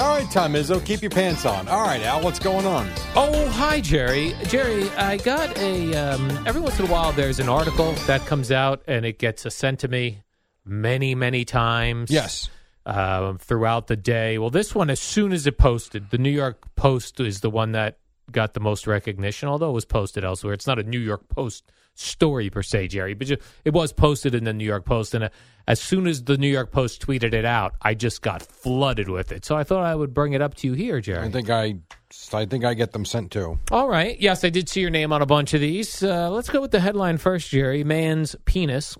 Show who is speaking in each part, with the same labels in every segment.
Speaker 1: All right, Tom Izzo, keep your pants on. All right, Al, what's going on?
Speaker 2: Oh, hi, Jerry. Jerry, I got a. Um, every once in a while, there's an article that comes out and it gets sent to me many, many times.
Speaker 1: Yes.
Speaker 2: um, throughout the day. Well, this one, as soon as it posted, the New York Post is the one that got the most recognition, although it was posted elsewhere. It's not a New York Post story per se, Jerry, but ju- it was posted in the New York Post. And uh, as soon as the New York Post tweeted it out, I just got flooded with it. So I thought I would bring it up to you here, Jerry.
Speaker 1: I think I, I think I get them sent too.
Speaker 2: All right. Yes, I did see your name on a bunch of these. Uh, let's go with the headline first, Jerry. Man's penis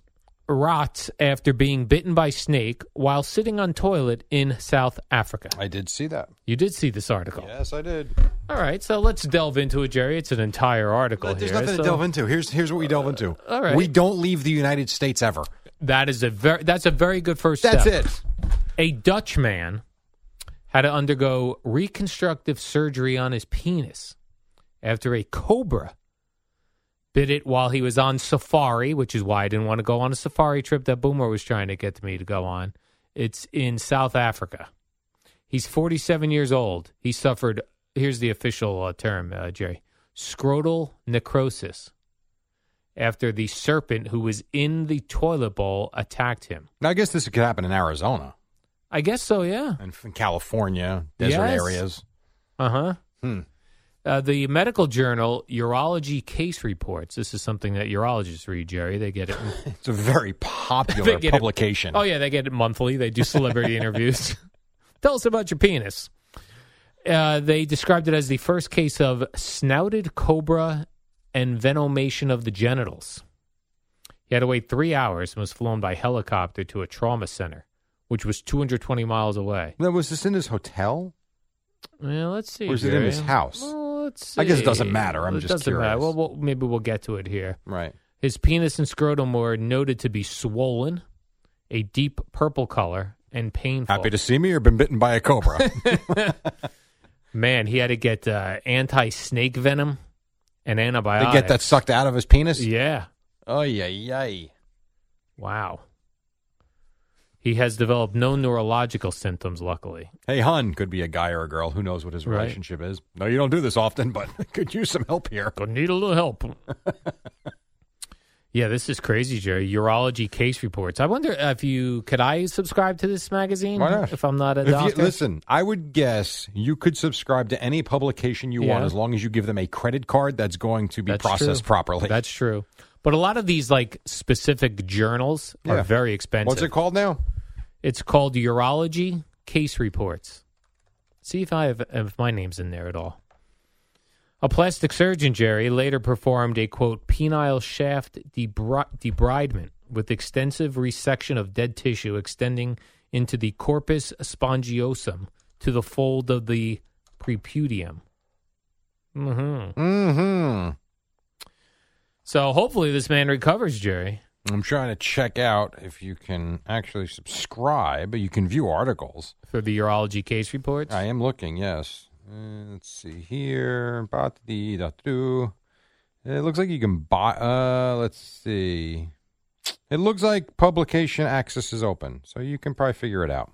Speaker 2: rots after being bitten by snake while sitting on toilet in South Africa.
Speaker 1: I did see that.
Speaker 2: You did see this article.
Speaker 1: Yes, I did.
Speaker 2: All right, so let's delve into it, Jerry. It's an entire article
Speaker 1: There's
Speaker 2: here. so
Speaker 1: nothing to delve into. Here's here's what we delve into.
Speaker 2: all right.
Speaker 1: We don't leave the United States ever.
Speaker 2: That is a very that's a very good first
Speaker 1: That's
Speaker 2: step.
Speaker 1: it.
Speaker 2: A Dutch man had to undergo reconstructive surgery on his penis after a cobra bit it while he was on safari, which is why I didn't want to go on a safari trip that Boomer was trying to get me to go on. It's in South Africa. He's 47 years old. He suffered, here's the official uh, term, uh, Jerry, scrotal necrosis after the serpent who was in the toilet bowl attacked him.
Speaker 1: Now, I guess this could happen in Arizona
Speaker 2: I guess so, yeah.
Speaker 1: and in California, desert
Speaker 2: Yes.
Speaker 1: areas.
Speaker 2: Uh-huh.
Speaker 1: Hmm.
Speaker 2: Uh, the medical journal Urology Case Reports. This is something that urologists read, Jerry. They get it.
Speaker 1: It's a very popular
Speaker 2: They get it-
Speaker 1: publication.
Speaker 2: Oh yeah, they get it monthly. They do celebrity interviews. Tell us about your penis. Uh, they described it as the first case of snouted cobra and venomation of the genitals. He had to wait three hours and was flown by helicopter to a trauma center, which was 220 miles away.
Speaker 1: Now, was this in his hotel?
Speaker 2: Well, let's see.
Speaker 1: Or is it in his
Speaker 2: Jerry.
Speaker 1: house?
Speaker 2: Well, let's
Speaker 1: I guess it
Speaker 2: see.
Speaker 1: doesn't matter. I'm
Speaker 2: it
Speaker 1: just
Speaker 2: doesn't Matter.
Speaker 1: curious.
Speaker 2: Well, well, maybe we'll get to it here.
Speaker 1: Right.
Speaker 2: His penis and scrotum were noted to be swollen, a deep purple color, and painful.
Speaker 1: Happy to see me or been bitten by a cobra?
Speaker 2: Man, he had to get uh, anti snake venom and
Speaker 1: to
Speaker 2: antibiotics.
Speaker 1: get that sucked out of his penis?
Speaker 2: Yeah.
Speaker 1: Oh, yeah, yay.
Speaker 2: Wow. He has developed no neurological symptoms, luckily.
Speaker 1: Hey, hun, could be a guy or a girl. Who knows what his
Speaker 2: Right.
Speaker 1: relationship is? No, you don't do this often, but could use some help here.
Speaker 2: Gonna need a little help. yeah, this is crazy, Jerry. Urology case reports. I wonder if you could I subscribe to this magazine
Speaker 1: Why not?
Speaker 2: if I'm not a
Speaker 1: If you-
Speaker 2: doctor.
Speaker 1: listen, I would guess you could subscribe to any publication you want
Speaker 2: Yeah.
Speaker 1: as long as you give them a credit card that's going to be
Speaker 2: That's
Speaker 1: processed
Speaker 2: true.
Speaker 1: properly.
Speaker 2: That's true. But a lot of these like specific journals
Speaker 1: Yeah.
Speaker 2: are very expensive.
Speaker 1: What's it called now?
Speaker 2: It's called Urology Case Reports. See if I have if my name's in there at all. A plastic surgeon, Jerry, later performed a quote penile shaft debri- debridement with extensive resection of dead tissue extending into the corpus spongiosum to the fold of the prepudium. hmm
Speaker 1: Mm-hmm.
Speaker 2: So hopefully this man recovers, Jerry.
Speaker 1: I'm trying to check out if you can actually subscribe. You can view articles.
Speaker 2: for the urology case reports.
Speaker 1: I am looking, yes. Uh, let's see here. Ba-di-di, da-do. It looks like you can buy. Uh, let's see. It looks like publication access is open, so you can probably figure it out.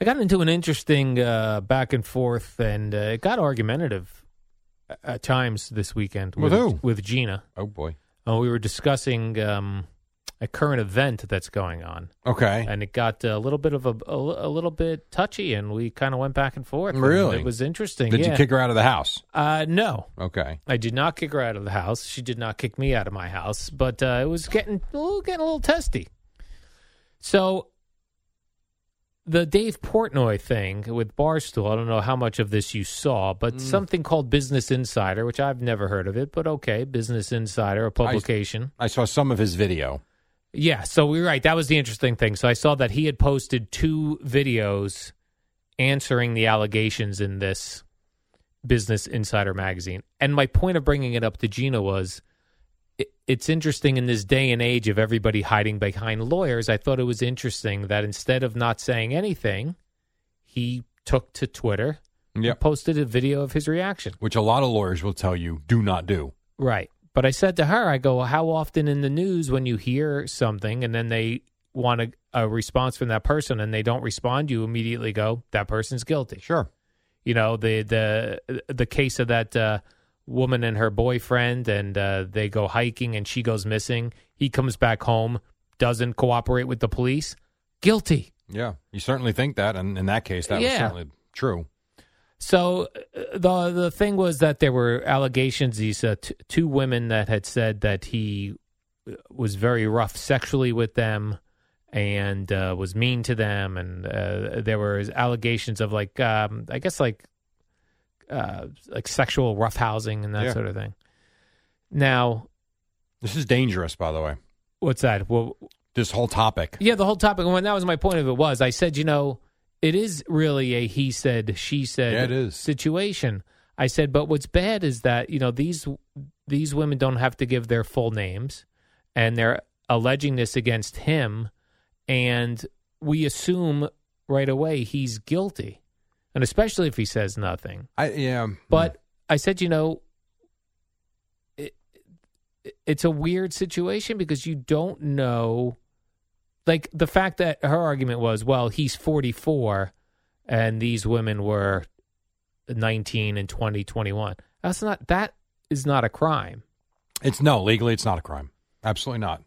Speaker 2: I got into an interesting uh, back and forth, and uh, it got argumentative uh, times this weekend
Speaker 1: With who?
Speaker 2: with Gina.
Speaker 1: Oh boy.
Speaker 2: Uh, we were discussing um, a current event that's going on,
Speaker 1: Okay.
Speaker 2: and it got a little bit of a a, a little bit touchy, and we kind of went back and forth. and
Speaker 1: Really?
Speaker 2: it was interesting.
Speaker 1: Did
Speaker 2: yeah.
Speaker 1: you kick her out of the house?
Speaker 2: Uh, no,
Speaker 1: Okay.
Speaker 2: I did not kick her out of the house. She did not kick me out of my house, but uh, it was getting a little, getting a little testy. So the Dave Portnoy thing with Barstool, I don't know how much of this you saw, but something called Business Insider, which I've never heard of it, but okay, Business Insider, a publication.
Speaker 1: I saw some of his video.
Speaker 2: Yeah, so we're right. That was the interesting thing. So I saw that he had posted two videos answering the allegations in this Business Insider magazine. And my point of bringing it up to Gina was it, it's interesting in this day and age of everybody hiding behind lawyers. I thought it was interesting that instead of not saying anything, he took to Twitter and
Speaker 1: Yep.
Speaker 2: posted a video of his reaction.
Speaker 1: Which a lot of lawyers will tell you do not do.
Speaker 2: Right. But I said to her, I go, well, how often in the news when you hear something and then they want a, a response from that person and they don't respond, you immediately go, that person's guilty.
Speaker 1: Sure.
Speaker 2: You know, the the the case of that uh, woman and her boyfriend and uh, they go hiking and she goes missing. He comes back home, doesn't cooperate with the police, guilty.
Speaker 1: Yeah. You certainly think that, and in that case, that was
Speaker 2: Yeah.
Speaker 1: certainly true.
Speaker 2: So uh, the the thing was that there were allegations. These uh, t- two women that had said that he uh, was very rough sexually with them and uh, was mean to them, and uh, there were allegations of like um, I guess like uh, like sexual roughhousing and that
Speaker 1: Yeah.
Speaker 2: sort of thing. Now,
Speaker 1: This is dangerous, by the way.
Speaker 2: what's that? Well,
Speaker 1: This whole topic.
Speaker 2: yeah, the whole topic. When that was my point of it was, I said, you know, it is really a he said, she said
Speaker 1: Yeah, it is.
Speaker 2: situation. I said, but what's bad is that you know these these women don't have to give their full names, and they're alleging this against him, and we assume right away he's guilty, and especially if he says nothing.
Speaker 1: I yeah.
Speaker 2: But I said, you know, it, it- it's a weird situation because you don't know. Like the fact that her argument was, well, he's 44 and these women were 19 and 20, 21. That's not, that is not a crime.
Speaker 1: it's no legally, it's not a crime. Absolutely not.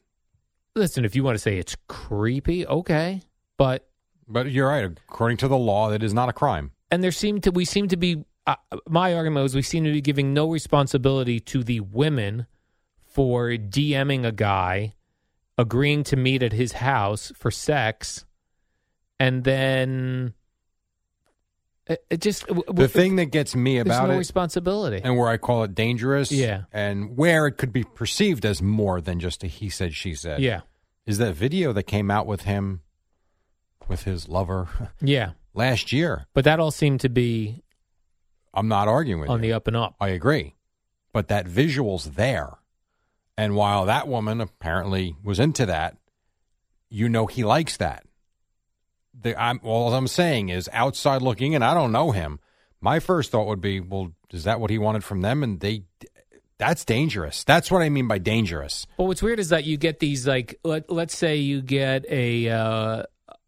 Speaker 2: Listen, if you want to say it's creepy, okay. But
Speaker 1: But you're right. According to the law, that is not a crime.
Speaker 2: and there seemed to we seem to be uh, my argument was we seem to be giving no responsibility to the women for DMing a guy, agreeing to meet at his house for sex, and then it, it just w- w-
Speaker 1: The thing that gets me
Speaker 2: there's
Speaker 1: about
Speaker 2: no
Speaker 1: it,
Speaker 2: responsibility.
Speaker 1: and where I call it dangerous,
Speaker 2: Yeah.
Speaker 1: and where it could be perceived as more than just a he said, she said,
Speaker 2: yeah,
Speaker 1: is that video that came out with him, with his lover
Speaker 2: yeah,
Speaker 1: last year.
Speaker 2: but that all seemed to be
Speaker 1: I'm not arguing with
Speaker 2: on
Speaker 1: you.
Speaker 2: the up and up.
Speaker 1: I agree. But that visual's there. And while that woman apparently was into that, you know he likes that. The, I'm, all I'm saying is outside looking in, I don't know him. My first thought would be, well, is that what he wanted from them? And they, that's dangerous. That's what I mean by dangerous.
Speaker 2: Well, what's weird is that you get these like let, let's say you get a uh,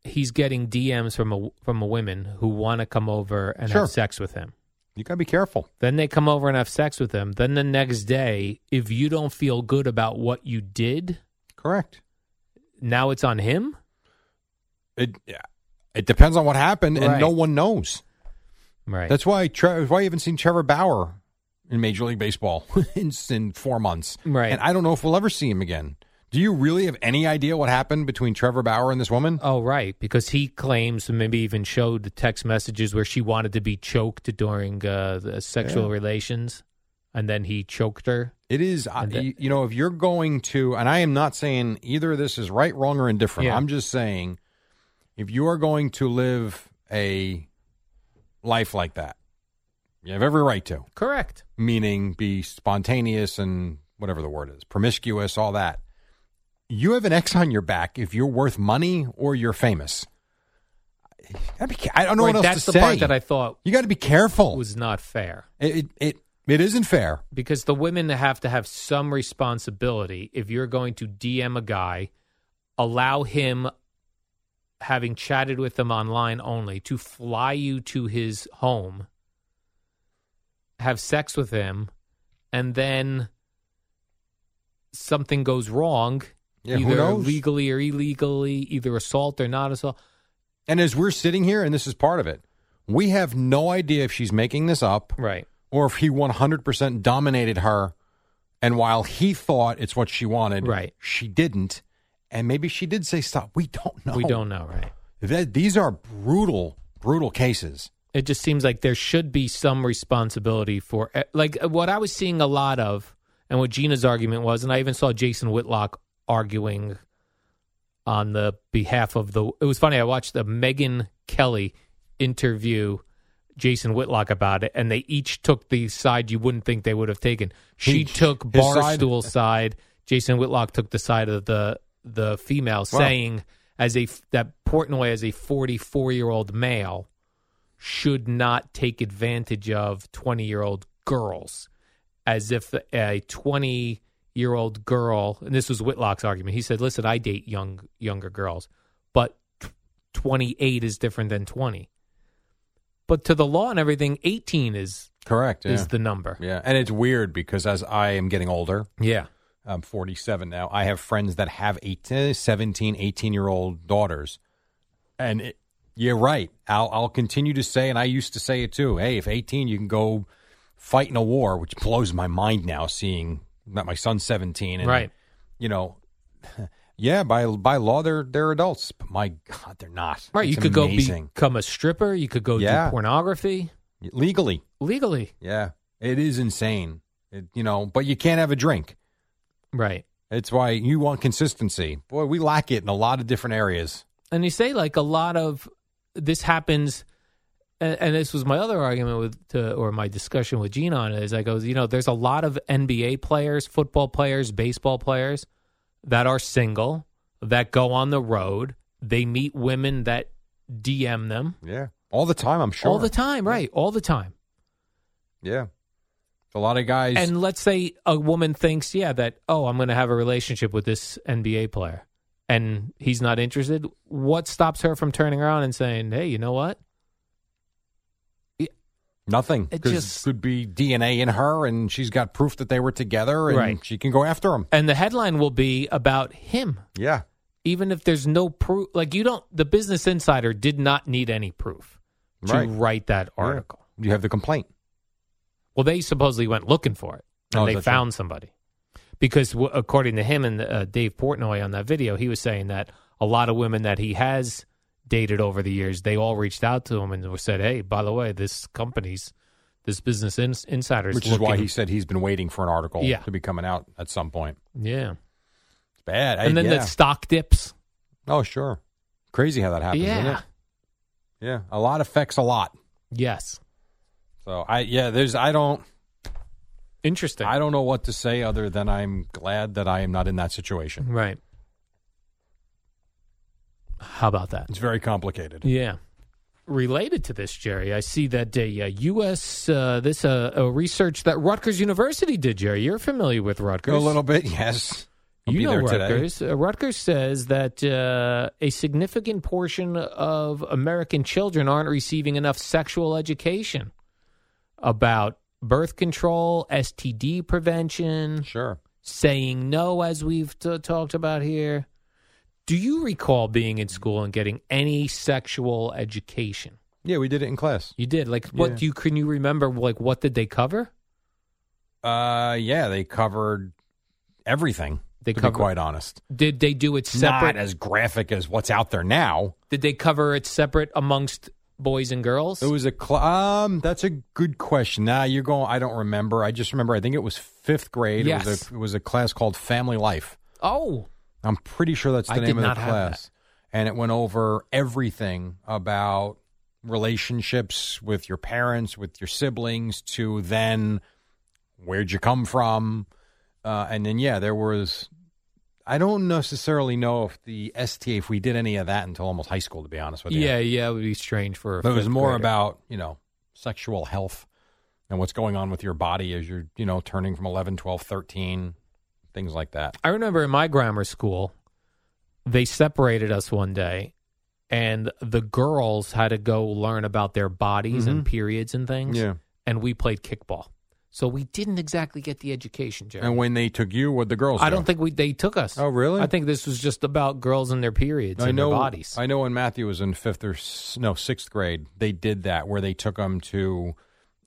Speaker 2: he's getting DMs from a from a women who want to come over and
Speaker 1: Sure.
Speaker 2: have sex with him.
Speaker 1: You got to be careful.
Speaker 2: Then they come over and have sex with him. Then the next day, if you don't feel good about what you did,
Speaker 1: Correct.
Speaker 2: now it's on him.
Speaker 1: It, it depends on what happened, and
Speaker 2: Right.
Speaker 1: no one knows.
Speaker 2: Right.
Speaker 1: That's why Tre- why you haven't seen Trevor Bauer in Major League Baseball in, in four months.
Speaker 2: Right.
Speaker 1: And I don't know if we'll ever see him again. Do you really have any idea what happened between Trevor Bauer and this woman?
Speaker 2: oh right, because he claims and maybe even showed the text messages where she wanted to be choked during uh, the sexual relations, and then he choked her.
Speaker 1: It is, I,
Speaker 2: And that-
Speaker 1: you, you know, if you're going to, and I am not saying either of this is right, wrong, or indifferent.
Speaker 2: Yeah.
Speaker 1: I'm just saying if you are going to live a life like that, you have every right to.
Speaker 2: Correct.
Speaker 1: meaning be spontaneous and whatever the word is, promiscuous, all that. You have an X on your back if you're worth money or you're famous. I be- I don't know
Speaker 2: Right,
Speaker 1: what else
Speaker 2: that's
Speaker 1: to
Speaker 2: the
Speaker 1: say.
Speaker 2: part that I thought
Speaker 1: you got to be careful.
Speaker 2: was not fair.
Speaker 1: it, it it it isn't fair.
Speaker 2: because the women have to have some responsibility if you're going to DM a guy, allow him having chatted with them online only to fly you to his home, have sex with him, and then something goes wrong,
Speaker 1: Yeah,
Speaker 2: either
Speaker 1: who knows?
Speaker 2: legally or illegally, either assault or not assault.
Speaker 1: And as we're sitting here, and this is part of it, we have no idea if she's making this up
Speaker 2: Right.
Speaker 1: or if he 100% dominated her. And while he thought it's what she wanted,
Speaker 2: Right.
Speaker 1: she didn't. And maybe she did say stop. We don't know.
Speaker 2: We don't know, right?
Speaker 1: Th- these are brutal, brutal cases.
Speaker 2: It just seems like there should be some responsibility for, eh, like, eh, what I was seeing a lot of, and what Gina's argument was, and I even saw Jason Whitlock arguing on the behalf of the. It was funny. I watched the Megan Kelly interview Jason Whitlock about it, and they each took the side you wouldn't think they would have taken. She
Speaker 1: He-
Speaker 2: took
Speaker 1: his side-
Speaker 2: Barstool side. Jason Whitlock took the side of the the female, saying as a f- that Portnoy as a 44 year old male should not take advantage of 20 year old girls as if a 20 year old girl and this was Whitlock's argument he said listen I date young younger girls but t- 28 is different than 20 but to the law and everything 18 is
Speaker 1: Correct. Yeah.
Speaker 2: is the number
Speaker 1: yeah. And it's weird because as I am getting older,
Speaker 2: yeah
Speaker 1: I'm 47 now. I have friends that have 18, 17, 18 year old daughters. And it, you're right. I'll, I'll continue to say, and I used to say it too hey, if 18, you can go fight in a war, which blows my mind now seeing that my son's 17. And,
Speaker 2: Right.
Speaker 1: You know, yeah, by by law, they're, they're adults, but my God, they're not.
Speaker 2: right you
Speaker 1: It's
Speaker 2: could
Speaker 1: amazing.
Speaker 2: go become a stripper you could go
Speaker 1: Yeah.
Speaker 2: do pornography
Speaker 1: Legally.
Speaker 2: legally
Speaker 1: Yeah. It is insane. It, you know, but you can't have a drink.
Speaker 2: right
Speaker 1: It's why you want consistency. Boy, we lack it in a lot of different areas.
Speaker 2: and you say like a lot of this happens and, and this was my other argument with to, or my discussion with Gene on it is I go you know there's a lot of NBA players football players baseball players that are single that go on the road they meet women that DM them
Speaker 1: Yeah. All the time, I'm sure.
Speaker 2: all the time right all the time
Speaker 1: Yeah. A lot of guys.
Speaker 2: and let's say a woman thinks yeah that oh I'm going to have a relationship with this NBA player and he's not interested what stops her from turning around and saying hey you know what
Speaker 1: nothing.
Speaker 2: it
Speaker 1: 'cause
Speaker 2: just-
Speaker 1: could be DNA in her, and she's got proof that they were together, and
Speaker 2: Right.
Speaker 1: she can go after him.
Speaker 2: and the headline will be about him
Speaker 1: Yeah.
Speaker 2: even if there's no proof like you don't the business insider did not need any proof to
Speaker 1: Right.
Speaker 2: write that article
Speaker 1: You have the complaint.
Speaker 2: well they supposedly went looking for it and
Speaker 1: Oh,
Speaker 2: they
Speaker 1: that's
Speaker 2: found somebody because w- according to him and uh, dave portnoy on that video he was saying that a lot of women that he has dated over the years they all reached out to him and were said hey by the way this company's this business ins- insider
Speaker 1: Which is why he said he's been waiting for an article
Speaker 2: Yeah.
Speaker 1: to be coming out at some point.
Speaker 2: yeah
Speaker 1: It's bad. I-
Speaker 2: and then
Speaker 1: Uh, yeah.
Speaker 2: the stock dips
Speaker 1: Oh, sure. Crazy how that happens, isn't
Speaker 2: yeah
Speaker 1: it? Yeah. A lot affects a lot.
Speaker 2: yes
Speaker 1: So, I, yeah, there's, I don't,
Speaker 2: interesting
Speaker 1: I don't know what to say other than I'm glad that I am not in that situation.
Speaker 2: Right. How about that?
Speaker 1: It's very complicated.
Speaker 2: Yeah. Related to this, Jerry, I see that a uh, U.S. Uh, this uh, a research that Rutgers University did, Jerry. You're familiar with Rutgers,
Speaker 1: A little bit, yes. I'll
Speaker 2: you
Speaker 1: be
Speaker 2: know
Speaker 1: there today.
Speaker 2: Rutgers. Uh, Rutgers says that uh, a significant portion of American children aren't receiving enough sexual education about birth control, STD prevention,
Speaker 1: Sure.
Speaker 2: saying no, as we've t- talked about here. Do you recall being in school and getting any sexual education?
Speaker 1: Yeah, we did it in class.
Speaker 2: You did. Like, what
Speaker 1: Yeah.
Speaker 2: do you can you remember? Like, what did they cover?
Speaker 1: Uh, yeah, they covered everything.
Speaker 2: They
Speaker 1: to
Speaker 2: covered-
Speaker 1: be quite honest,
Speaker 2: Did they do it separate?
Speaker 1: not as graphic as what's out there now.
Speaker 2: did they cover it separate amongst boys and girls?
Speaker 1: It was a cl- um. That's a good question. Nah, you're going. I don't remember. I just remember. I think it was fifth grade. It was
Speaker 2: Yes.
Speaker 1: a, it was a class called Family Life.
Speaker 2: oh,
Speaker 1: I'm pretty sure that's the
Speaker 2: I did
Speaker 1: name of the
Speaker 2: not have that.
Speaker 1: class. And it went over everything about relationships with your parents, with your siblings, to then where'd you come from? Uh, and then, yeah, there was. I don't necessarily know if the STA, if we did any of that until almost high school, to be honest with you.
Speaker 2: yeah, yeah. It would be strange for. A
Speaker 1: But it was
Speaker 2: fifth
Speaker 1: more
Speaker 2: grader.
Speaker 1: about, you know, sexual health and what's going on with your body as you're, you know, turning from 11, 12, 13, things like that.
Speaker 2: I remember in my grammar school, they separated us one day, and the
Speaker 1: Mm-hmm.
Speaker 2: girls had to go learn about their bodies and periods and things. and we played kickball. So we didn't exactly get the education, Jerry.
Speaker 1: And when they took you, what the girls?
Speaker 2: I
Speaker 1: do?
Speaker 2: don't think we they took us.
Speaker 1: Oh, really?
Speaker 2: I think this was just about girls and their periods
Speaker 1: I
Speaker 2: and
Speaker 1: know.
Speaker 2: their bodies.
Speaker 1: I know when Matthew was in fifth or s- no sixth grade, they did that where they took him to,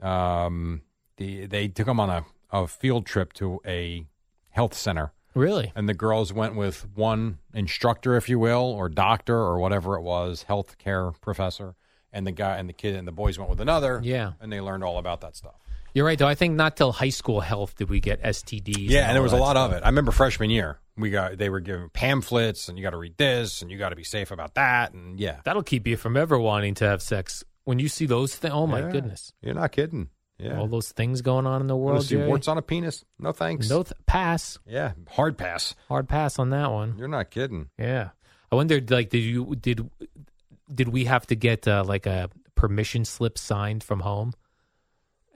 Speaker 1: um, the they took him on a, a field trip to a health center,
Speaker 2: really?
Speaker 1: and the girls went with one instructor, if you will, or doctor or whatever it was, health care professor, and the guy and the kid and the boys went with another.
Speaker 2: Yeah.
Speaker 1: and they learned all about that stuff.
Speaker 2: You're right, though. I think not till high school health did we get STDs.
Speaker 1: Yeah, and there was a
Speaker 2: all that
Speaker 1: lot
Speaker 2: stuff.
Speaker 1: of it. I remember freshman year, we got they were giving pamphlets, and you got to read this, and you got to be safe about that, and yeah,
Speaker 2: That'll keep you from ever wanting to have sex when you see those things. Oh my
Speaker 1: Yeah.
Speaker 2: goodness,
Speaker 1: you're not kidding. Yeah,
Speaker 2: all those things going on in the
Speaker 1: Wanna
Speaker 2: world.
Speaker 1: see
Speaker 2: Jerry?
Speaker 1: warts on a penis? No thanks.
Speaker 2: No th- pass,
Speaker 1: yeah, hard pass.
Speaker 2: hard pass on that one.
Speaker 1: You're not kidding.
Speaker 2: Yeah, I wondered. Like, did you did did we have to get uh, like a permission slip signed from home?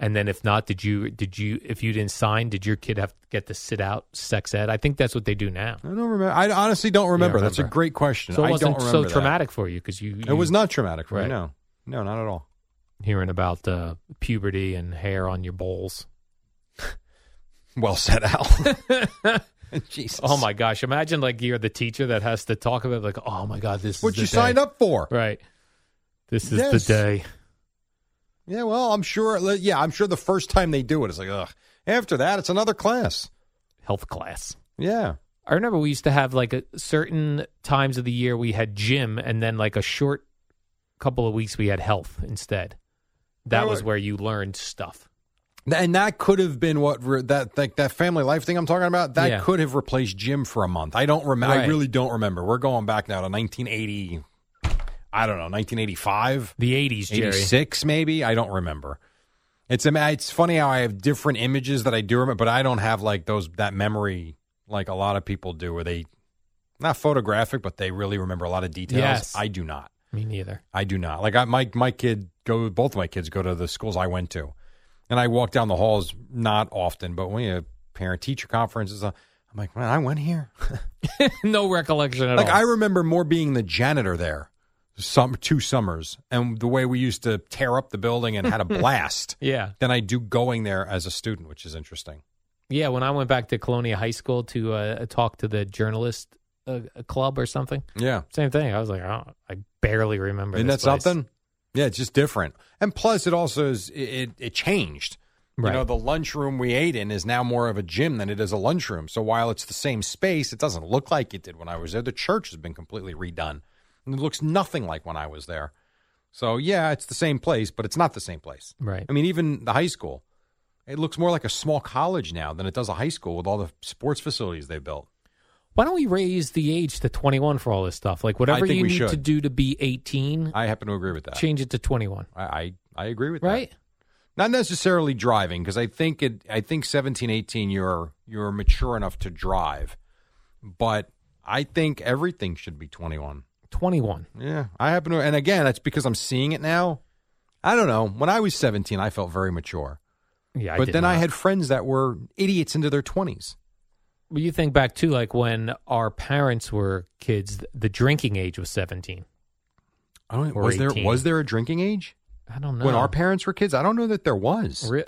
Speaker 2: And then if not, did you did you if you didn't sign, did your kid have to get to sit out sex ed? I think that's what they do now.
Speaker 1: I don't remember. I honestly don't remember. That's a
Speaker 2: remember.
Speaker 1: great question.
Speaker 2: So it
Speaker 1: I don't
Speaker 2: wasn't
Speaker 1: remember
Speaker 2: so
Speaker 1: that.
Speaker 2: traumatic for you because you,
Speaker 1: It was
Speaker 2: not
Speaker 1: not traumatic for me.
Speaker 2: Right.
Speaker 1: No, no, not at all.
Speaker 2: hearing about uh, puberty and hair on your bowls.
Speaker 1: Well said, Al. Jesus.
Speaker 2: Oh my gosh! Imagine like you're the teacher that has to talk about like, oh my god, this is
Speaker 1: What
Speaker 2: the
Speaker 1: you signed
Speaker 2: day.
Speaker 1: up for?
Speaker 2: right? This is
Speaker 1: Yes.
Speaker 2: the day.
Speaker 1: Yeah. Well, I'm sure. Yeah, I'm sure. The first time they do it, it's like ugh. After that, it's another class.
Speaker 2: Health class.
Speaker 1: Yeah.
Speaker 2: I remember we used to have like a certain times of the year we had gym, and then like a short couple of weeks we had health instead. That
Speaker 1: There
Speaker 2: was
Speaker 1: were-
Speaker 2: where you learned stuff.
Speaker 1: And that could have been what re- that like that family life thing I'm talking about. That
Speaker 2: Yeah.
Speaker 1: could have replaced Jim for a month. I don't remember. I
Speaker 2: Right.
Speaker 1: really don't remember. We're going back now to 1980. I don't know, 1985,
Speaker 2: The eighties, Jerry.
Speaker 1: 86 maybe. I don't remember. It's am- it's funny how I have different images that I do remember, but I don't have like those that memory like a lot of people do, where they not photographic, but they really remember a lot of details.
Speaker 2: Yes.
Speaker 1: I do not.
Speaker 2: Me neither.
Speaker 1: I do not. Like I, my my kid go both my kids go to the schools I went to, and I walk down the halls not often, but when you have parent teacher conferences, uh, I'm like, man, I went here.
Speaker 2: no recollection at
Speaker 1: like
Speaker 2: all.
Speaker 1: I remember more being the janitor there, some two summers, and the way we used to tear up the building and had a blast
Speaker 2: yeah,
Speaker 1: than I do going there as a student, which is interesting.
Speaker 2: yeah. When I went back to Colonia High School to uh, talk to the journalist uh, club or something,
Speaker 1: Yeah,
Speaker 2: same thing. I was like, oh, I barely remember.
Speaker 1: isn't that
Speaker 2: this place.
Speaker 1: something? Yeah, it's just different, and plus it also is it it, it changed.
Speaker 2: Right.
Speaker 1: You know, the lunchroom we ate in is now more of a gym than it is a lunchroom. So while it's the same space, it doesn't look like it did when I was there. The church has been completely redone, and it looks nothing like when I was there. So yeah, it's the same place, but it's not the same place.
Speaker 2: right.
Speaker 1: I mean, even the high school, it looks more like a small college now than it does a high school with all the sports facilities they built.
Speaker 2: Why don't we raise the age to 21 for all this stuff? Like whatever
Speaker 1: think
Speaker 2: you
Speaker 1: we
Speaker 2: need to
Speaker 1: should.
Speaker 2: do to be 18,
Speaker 1: I happen to agree with that.
Speaker 2: change it to 21.
Speaker 1: I, I I agree with that.
Speaker 2: Right?
Speaker 1: not necessarily driving because i think it i think 17 18 you're you're mature enough to drive but i think everything should be 21
Speaker 2: 21.
Speaker 1: yeah i happen to and again that's because i'm seeing it now i don't know when i was 17 i felt very mature
Speaker 2: Yeah,
Speaker 1: but
Speaker 2: did
Speaker 1: then i
Speaker 2: not.
Speaker 1: had friends that were idiots into their 20s
Speaker 2: But you think back too, like when our parents were kids, th- the drinking age was 17.
Speaker 1: I don't,
Speaker 2: Or
Speaker 1: was there
Speaker 2: 18.
Speaker 1: was there a drinking age
Speaker 2: I don't know.
Speaker 1: when our parents were kids i don't know that there was
Speaker 2: Re-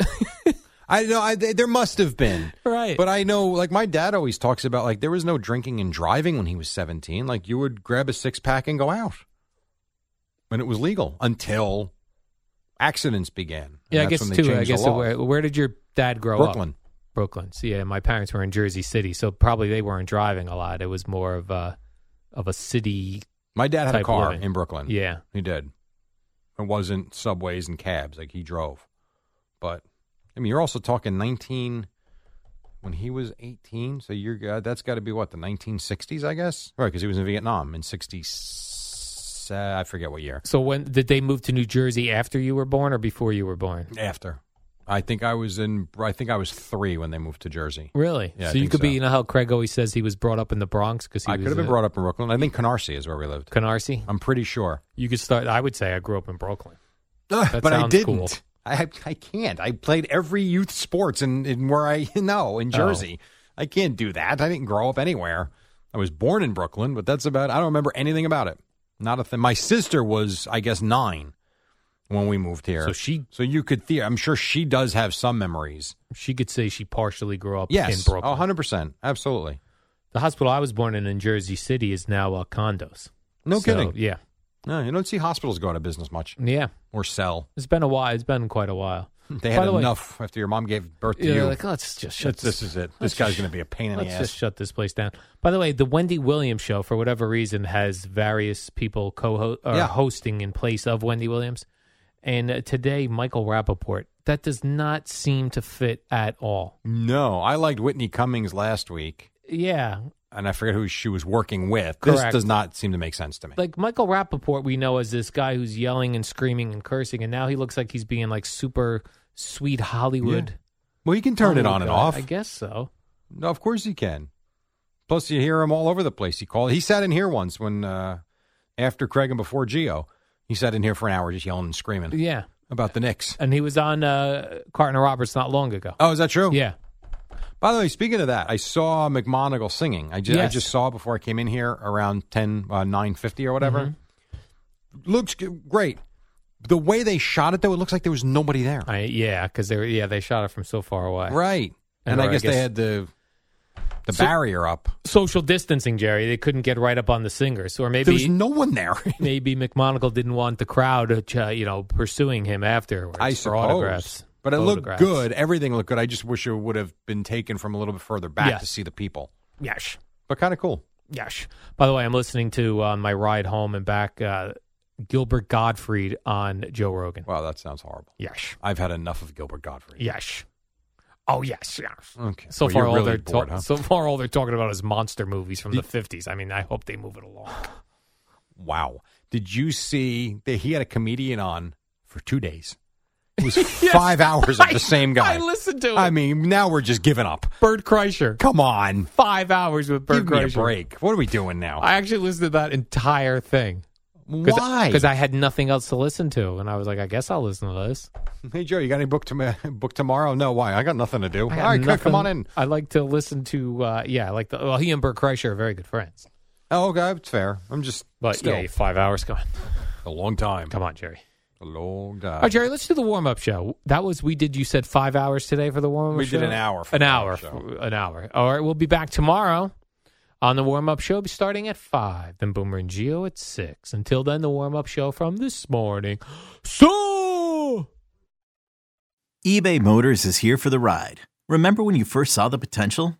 Speaker 1: i know I, there must have been
Speaker 2: right.
Speaker 1: But I know, like, my dad always talks about, like, there was no drinking and driving when he was 17. Like, you would grab a six pack and go out. And it was legal until accidents began. And
Speaker 2: yeah, I
Speaker 1: that's
Speaker 2: guess
Speaker 1: when
Speaker 2: too.
Speaker 1: they
Speaker 2: I
Speaker 1: changed the
Speaker 2: guess
Speaker 1: law.
Speaker 2: where, where did your dad grow up?
Speaker 1: Brooklyn.
Speaker 2: Brooklyn. So yeah, my parents were in Jersey City, so probably they weren't driving a lot. It was more of a of a city.
Speaker 1: My dad had a
Speaker 2: Type
Speaker 1: car
Speaker 2: living.
Speaker 1: in Brooklyn.
Speaker 2: Yeah.
Speaker 1: He did. It wasn't subways and cabs. Like, he drove. But, I mean, you're also talking 19. When he was 18, so you're uh, that's got to be what the 1960s, I guess, right? Because he was in Vietnam in 60, I forget what year.
Speaker 2: So when did they move to New Jersey after you were born or before you were born?
Speaker 1: After. I think I was in. I think I was three when they moved to Jersey.
Speaker 2: Really?
Speaker 1: Yeah, I
Speaker 2: so you
Speaker 1: think
Speaker 2: could be,
Speaker 1: so.
Speaker 2: you know how Craig always says he was brought up in the Bronx because he
Speaker 1: I
Speaker 2: was
Speaker 1: could have been
Speaker 2: a-
Speaker 1: brought up in Brooklyn. I think Canarsie is where we lived.
Speaker 2: Canarsie.
Speaker 1: I'm pretty sure.
Speaker 2: You could start. I would say I grew up in Brooklyn. That
Speaker 1: but I
Speaker 2: sounds
Speaker 1: didn't.
Speaker 2: cool.
Speaker 1: I I can't. I played every youth sports in, in where I know in
Speaker 2: Oh.
Speaker 1: Jersey. I can't do that. I didn't grow up anywhere. I was born in Brooklyn, but that's about. I don't remember anything about it. Not a thing. My sister was, I guess, nine when we moved here.
Speaker 2: So she
Speaker 1: So you could, the- I'm sure she does have some memories.
Speaker 2: she could say she partially grew up
Speaker 1: Yes,
Speaker 2: in Brooklyn.
Speaker 1: 100%. Absolutely.
Speaker 2: The hospital I was born in in Jersey City is now uh, condos.
Speaker 1: No
Speaker 2: So,
Speaker 1: kidding.
Speaker 2: Yeah,
Speaker 1: No, you don't see hospitals go out of business much
Speaker 2: yeah.
Speaker 1: or sell.
Speaker 2: It's been a while. It's been quite a while.
Speaker 1: They
Speaker 2: By
Speaker 1: had
Speaker 2: the way-
Speaker 1: enough after your mom gave birth to
Speaker 2: Yeah,
Speaker 1: you.
Speaker 2: like, let's just shut
Speaker 1: That's- this is it. This
Speaker 2: let's
Speaker 1: guy's
Speaker 2: just-
Speaker 1: going to be a pain in the
Speaker 2: Let's
Speaker 1: ass.
Speaker 2: just shut this place down. By the way, the Wendy Williams show, for whatever reason, has various people co
Speaker 1: Yeah.
Speaker 2: hosting in place of Wendy Williams. And uh, today, Michael Rappaport. That does not seem to fit at all.
Speaker 1: no, I liked Whitney Cummings last week,
Speaker 2: Yeah.
Speaker 1: and I forget who she was working with. This
Speaker 2: Correct.
Speaker 1: does not seem to make sense to me.
Speaker 2: Like Michael Rappaport, we know as this guy who's yelling and screaming and cursing. And now he looks like he's being like super sweet Hollywood.
Speaker 1: well, you can turn it
Speaker 2: Hollywood
Speaker 1: on and
Speaker 2: guy.
Speaker 1: off.
Speaker 2: Oh I guess so.
Speaker 1: No, of course he can. Plus, you hear him all over the place. He called. He sat in here once when uh, after Craig and before Geo. He sat in here for an hour just yelling and screaming
Speaker 2: Yeah.
Speaker 1: about the Knicks.
Speaker 2: And he was on uh, Carton and Roberts not long ago.
Speaker 1: Oh, is that true?
Speaker 2: Yeah.
Speaker 1: By the way, speaking of that, I saw McMonagle singing. I just, I
Speaker 2: Yes.
Speaker 1: just saw before I came in here around 10, uh, 9.50 or whatever.
Speaker 2: Mm-hmm.
Speaker 1: Looks g- great. The way they shot it, though, it looks like there was nobody there.
Speaker 2: I, yeah, because they were, yeah they shot it from so far away.
Speaker 1: Right. And,
Speaker 2: Or
Speaker 1: I,
Speaker 2: I
Speaker 1: guess they
Speaker 2: guess-
Speaker 1: had the the
Speaker 2: So-
Speaker 1: barrier up.
Speaker 2: Social distancing, Jerry. They couldn't get right up on the singers, or
Speaker 1: There was
Speaker 2: maybe
Speaker 1: no one there.
Speaker 2: maybe McMonagle didn't want the crowd, uh, you know, pursuing him afterwards
Speaker 1: I
Speaker 2: for
Speaker 1: suppose.
Speaker 2: autographs.
Speaker 1: But it looked
Speaker 2: photographs.
Speaker 1: good. Everything looked good. I just wish it would have been taken from a little bit further back to
Speaker 2: Yes.
Speaker 1: see the people.
Speaker 2: Yes,
Speaker 1: But kind of cool.
Speaker 2: yes. By the way, I'm listening to on my ride home and back uh, Gilbert Gottfried on Joe Rogan.
Speaker 1: Wow, that sounds horrible.
Speaker 2: Yes,
Speaker 1: I've had enough of Gilbert Godfrey.
Speaker 2: yes. Oh yes, yes.
Speaker 1: Okay.
Speaker 2: So
Speaker 1: Well,
Speaker 2: far,
Speaker 1: you're
Speaker 2: all
Speaker 1: really
Speaker 2: they're
Speaker 1: bored,
Speaker 2: ta-
Speaker 1: huh?
Speaker 2: so far all they're talking about is monster movies from the 50s. I mean, I hope they move it along.
Speaker 1: Wow. Did you see that he had a comedian on for two days? It was five hours of the same guy.
Speaker 2: I listened to it.
Speaker 1: I mean, now we're just giving up.
Speaker 2: Bert Kreischer.
Speaker 1: Come on.
Speaker 2: Five hours with Bert
Speaker 1: Give me a
Speaker 2: Kreischer.
Speaker 1: break. What are we doing now?
Speaker 2: I actually listened to that entire thing.
Speaker 1: Why?
Speaker 2: Because I had nothing else to listen to, and I was like, I guess I'll listen to this.
Speaker 1: hey, Joe, you got any book, to, book tomorrow? No, why? I got nothing to do. All
Speaker 2: I got
Speaker 1: right, c-
Speaker 2: nothing-
Speaker 1: come on in.
Speaker 2: I like to listen to. Uh, yeah, I like the. Well, he and Bert Kreischer are very good friends.
Speaker 1: Oh, okay, it's fair. I'm just
Speaker 2: But
Speaker 1: still
Speaker 2: yeah, five hours. Come on,
Speaker 1: a long time.
Speaker 2: come on, Jerry.
Speaker 1: A long time.
Speaker 2: All right, Jerry, let's do the warm up show. That was we did. You said five hours today for the warm up.
Speaker 1: We did an hour for
Speaker 2: an
Speaker 1: the
Speaker 2: hour.
Speaker 1: warm-up
Speaker 2: for- An hour. All right, we'll be back tomorrow on the warm up show, starting at five. Then Boomer and Geo at six. Until then, the warm up show from this morning. So.
Speaker 3: eBay Motors is here for the ride. Remember when you first saw the potential?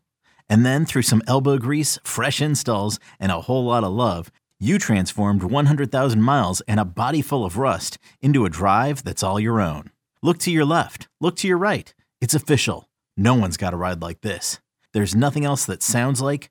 Speaker 3: And then, through some elbow grease, fresh installs, and a whole lot of love, you transformed 100,000 miles and a body full of rust into a drive that's all your own. Look to your left, look to your right. It's official. No one's got a ride like this. There's nothing else that sounds like,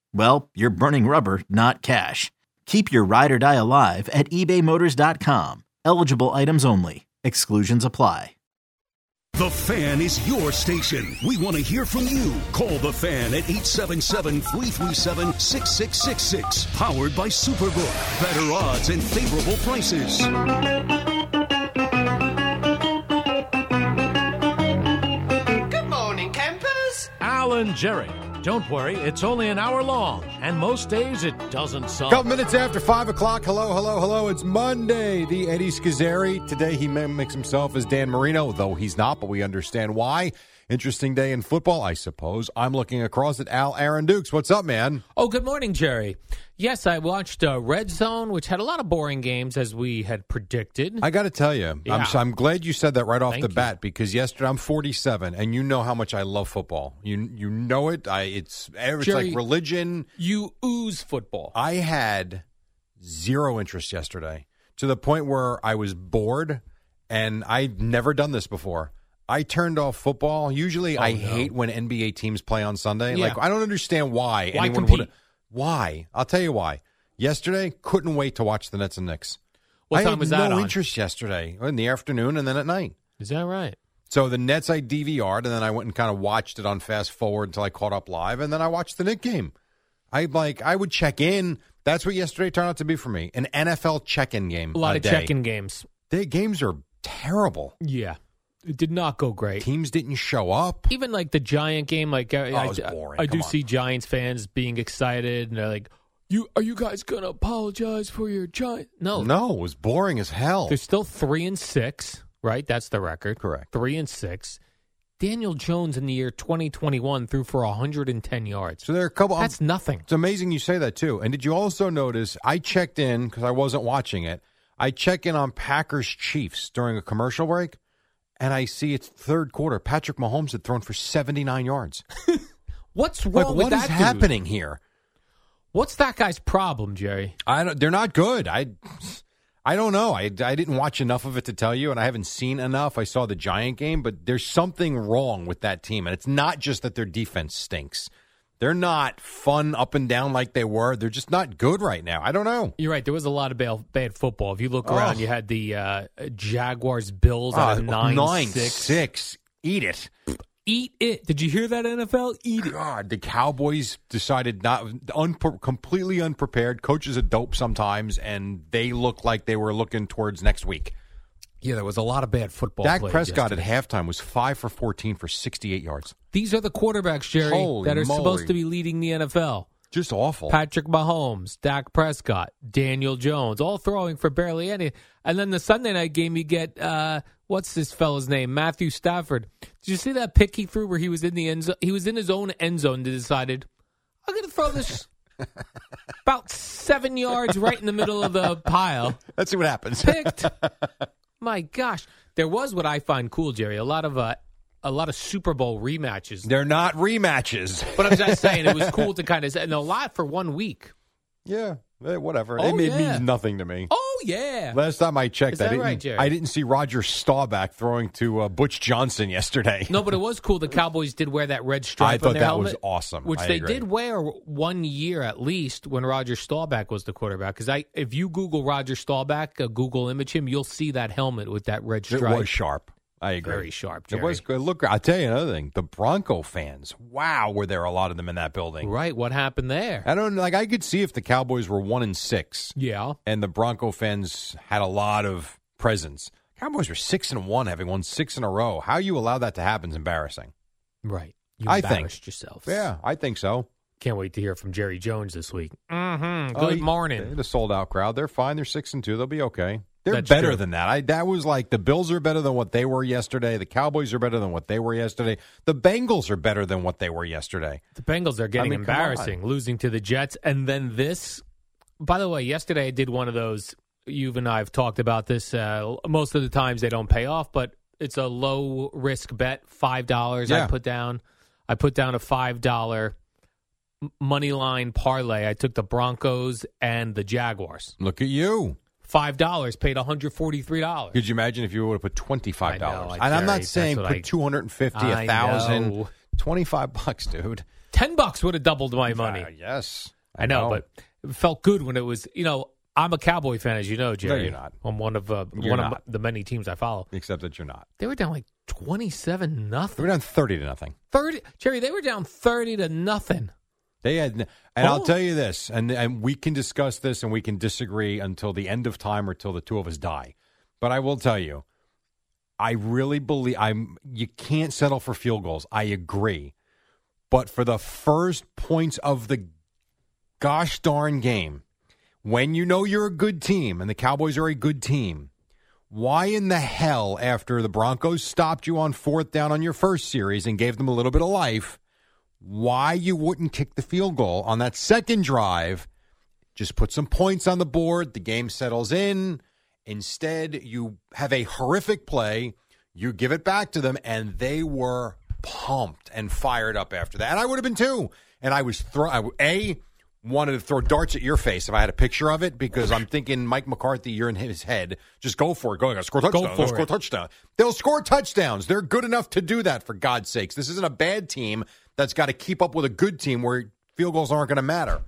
Speaker 3: well, you're burning rubber, not cash. Keep your ride or die alive at ebaymotors.com. Eligible items only. Exclusions apply.
Speaker 4: The Fan is your station. We want to hear from you. Call The Fan at 877-337-6666. Powered by Superbook. Better odds and favorable prices.
Speaker 5: Alan Jerry. Don't worry, it's only an hour long, and most days it doesn't suck.
Speaker 1: Couple minutes after five o'clock. Hello, hello, hello. It's Monday. The Eddie Schizzeri. Today he mimics himself as Dan Marino, though he's not, but we understand why. Interesting day in football, I suppose. I'm looking across at Al Aaron Dukes. What's up, man?
Speaker 2: Oh, good morning, Jerry. Yes, I watched uh, Red Zone, which had a lot of boring games as we had predicted.
Speaker 1: I got to tell you,
Speaker 2: Yeah.
Speaker 1: I'm, so- I'm glad you said that right off
Speaker 2: Thank
Speaker 1: the
Speaker 2: you.
Speaker 1: bat because yesterday I'm 47, and you know how much I love football. You you know it. I it's it's
Speaker 2: Jerry-
Speaker 1: like religion.
Speaker 2: you ooze football.
Speaker 1: I had zero interest yesterday to the point where I was bored and I've never done this before. I turned off football. Usually I hate when NBA teams play on Sunday.
Speaker 2: Oh, Yeah.
Speaker 1: Like I don't understand why,
Speaker 2: Why
Speaker 1: anyone would
Speaker 2: compete?
Speaker 1: Why? I'll tell you why. Yesterday couldn't wait to watch the Nets and Knicks.
Speaker 2: What
Speaker 1: I
Speaker 2: time
Speaker 1: had
Speaker 2: was
Speaker 1: no
Speaker 2: that on?
Speaker 1: interest yesterday in the afternoon and then at night.
Speaker 2: Is that right?
Speaker 1: So the Nets I DVR'd, and then I went and kind of watched it on fast forward until I caught up live, and then I watched the Nick game. I like I would check in. That's what yesterday turned out to be for me an NFL check in game.
Speaker 2: A lot of
Speaker 1: day.
Speaker 2: check-in games.
Speaker 1: Their games are terrible.
Speaker 2: Yeah, it did not go great.
Speaker 1: Teams didn't show up.
Speaker 2: Even like the Giant game, like I,
Speaker 1: Oh, it was
Speaker 2: I,
Speaker 1: boring.
Speaker 2: I do
Speaker 1: Come on.
Speaker 2: see Giants fans being excited and they're like, "You are you guys gonna apologize for your Giant?" No,
Speaker 1: No, it was boring as hell.
Speaker 2: They're still three and six, right? That's the record.
Speaker 1: Correct.
Speaker 2: Three and six. Daniel Jones in the year 2021 threw for 110 yards.
Speaker 1: So um, there are a couple.
Speaker 2: That's nothing.
Speaker 1: It's amazing you say that too. And did you also notice I checked in because I wasn't watching it? I check in on Packers Chiefs during a commercial break, and I see it's third quarter. Patrick Mahomes had thrown for seventy nine yards.
Speaker 2: What's wrong
Speaker 1: Like
Speaker 2: with
Speaker 1: what
Speaker 2: that
Speaker 1: is
Speaker 2: dude?
Speaker 1: happening here?
Speaker 2: What's that guy's problem, Jerry?
Speaker 1: I don't, they're not good. I I don't know. I I didn't watch enough of it to tell you, and I haven't seen enough. I saw the Giant game, but there's something wrong with that team, and it's not just that their defense stinks. They're not fun up and down like they were. They're just not good right now. I don't know.
Speaker 2: You're right. There was a lot of bad, bad football. If you look
Speaker 1: Oh.
Speaker 2: around, you had the uh, Jaguars Bills out
Speaker 1: Uh,
Speaker 2: of nine,
Speaker 1: nine,
Speaker 2: six.
Speaker 1: six. Eat it.
Speaker 2: Eat it. Did you hear that NFL? Eat it.
Speaker 1: God, the Cowboys decided not unpre- completely unprepared. Coach is a dope sometimes, and they look like they were looking towards next week.
Speaker 2: Yeah, there was a lot of bad football.
Speaker 1: Dak
Speaker 2: played
Speaker 1: Prescott
Speaker 2: yesterday.
Speaker 1: at halftime was five for fourteen for sixty-eight yards.
Speaker 2: These are the quarterbacks, Jerry,
Speaker 1: Holy
Speaker 2: that are
Speaker 1: moly.
Speaker 2: supposed to be leading the NFL.
Speaker 1: Just awful.
Speaker 2: Patrick Mahomes, Dak Prescott, Daniel Jones, all throwing for barely any. And then the Sunday night game, you get uh, what's this fella's name, Matthew Stafford. Did you see that pick he threw where he was in the end zone? He was in his own end zone and decided I'm going to throw this about seven yards right in the middle of the pile.
Speaker 1: Let's see what happens.
Speaker 2: Picked. My gosh, there was what I find cool, Jerry. A lot of uh, a lot of Super Bowl rematches.
Speaker 1: They're not rematches.
Speaker 2: But I'm just saying, it was cool to kind of and a lot for one week.
Speaker 1: Yeah, eh, whatever.
Speaker 2: Oh,
Speaker 1: it, it
Speaker 2: yeah.
Speaker 1: means nothing to me.
Speaker 2: Oh yeah.
Speaker 1: Last time I checked,
Speaker 2: Is that
Speaker 1: I didn't.
Speaker 2: right, Jerry?
Speaker 1: I didn't see Roger Staubach throwing to uh, Butch Johnson yesterday.
Speaker 2: No, but it was cool. The Cowboys did wear that red stripe.
Speaker 1: I
Speaker 2: on
Speaker 1: thought
Speaker 2: their
Speaker 1: that
Speaker 2: helmet,
Speaker 1: was awesome.
Speaker 2: Which
Speaker 1: I
Speaker 2: they
Speaker 1: agree.
Speaker 2: did wear one year at least when Roger Staubach was the quarterback. Because I, if you Google Roger Staubach, uh, Google image him, you'll see that helmet with that red
Speaker 1: It
Speaker 2: stripe.
Speaker 1: was sharp. I agree.
Speaker 2: Very sharp,
Speaker 1: It was good. Look, I'll tell you another thing. The Bronco fans, wow, were there a lot of them in that building.
Speaker 2: right. What happened there?
Speaker 1: I don't like I could see if the Cowboys were one and six
Speaker 2: yeah,
Speaker 1: and the Bronco fans had a lot of presence. Cowboys were six and one, having won six in a row. How you allow that to happen is embarrassing.
Speaker 2: right. You
Speaker 1: I think-
Speaker 2: embarrassed yourself.
Speaker 1: Yeah, I think so.
Speaker 2: Can't wait to hear from Jerry Jones this week. Mm-hmm.
Speaker 1: Oh,
Speaker 2: Good
Speaker 1: he- They
Speaker 2: morning.
Speaker 1: had a sold out crowd. They're fine. They're six and two. They'll be okay. They're
Speaker 2: That's
Speaker 1: better
Speaker 2: true.
Speaker 1: than that. I that was like the Bills are better than what they were yesterday. The Cowboys are better than what they were yesterday. The Bengals are better than what they were yesterday.
Speaker 2: The Bengals are getting
Speaker 1: mean, come on.
Speaker 2: embarrassing, losing to the Jets, and then this. By the way, yesterday I did one of those. You and I have talked about this. Uh, most of the times they don't pay off, but it's a low risk bet. Five dollars
Speaker 1: Yeah.
Speaker 2: I put down. I put down a five dollar money line parlay. I took the Broncos and the Jaguars.
Speaker 1: Look at you.
Speaker 2: Five dollars paid one hundred forty three dollars.
Speaker 1: Could you imagine if you would have put twenty five dollars?
Speaker 2: I know,
Speaker 1: And I'm
Speaker 2: Jerry,
Speaker 1: not
Speaker 2: that's
Speaker 1: saying
Speaker 2: what
Speaker 1: put
Speaker 2: I-
Speaker 1: two hundred and fifty,
Speaker 2: I
Speaker 1: a thousand,
Speaker 2: know.
Speaker 1: twenty five bucks, dude.
Speaker 2: Ten bucks would have doubled my money.
Speaker 1: Uh, yes,
Speaker 2: I know, but it felt good when it was. You know, I'm a Cowboy fan, as you know, Jerry.
Speaker 1: you're not.
Speaker 2: I'm one of uh,
Speaker 1: You're
Speaker 2: one
Speaker 1: not.
Speaker 2: of the many teams I follow.
Speaker 1: except that you're not.
Speaker 2: They were down like 27
Speaker 1: They were
Speaker 2: nothing.
Speaker 1: down thirty to nothing.
Speaker 2: 30, Jerry, they were down 30 to nothing.
Speaker 1: They had, and I'll
Speaker 2: Oh.
Speaker 1: tell you this, and and we can discuss this, and we can disagree until the end of time or till the two of us die. But I will tell you, I really believe I'm. You can't settle for field goals. I agree, but for the first points of the gosh darn game, when you know you're a good team and the Cowboys are a good team, why in the hell after the Broncos stopped you on fourth down on your first series and gave them a little bit of life? why you wouldn't kick the field goal on that second drive. Just put some points on the board. The game settles in. Instead, you have a horrific play. You give it back to them, and they were pumped and fired up after that. And I would have been too. And I was throw I, a wanted to throw darts at your face if I had a picture of it because I'm thinking Mike McCarthy, you're in his head. Just go for it. Go, go score a
Speaker 2: for
Speaker 1: touchdown. Go score a
Speaker 2: it.
Speaker 1: touchdown. They'll score touchdowns. They're good enough to do that for God's sakes. This isn't a bad team that's got to keep up with a good team where field goals aren't going to matter.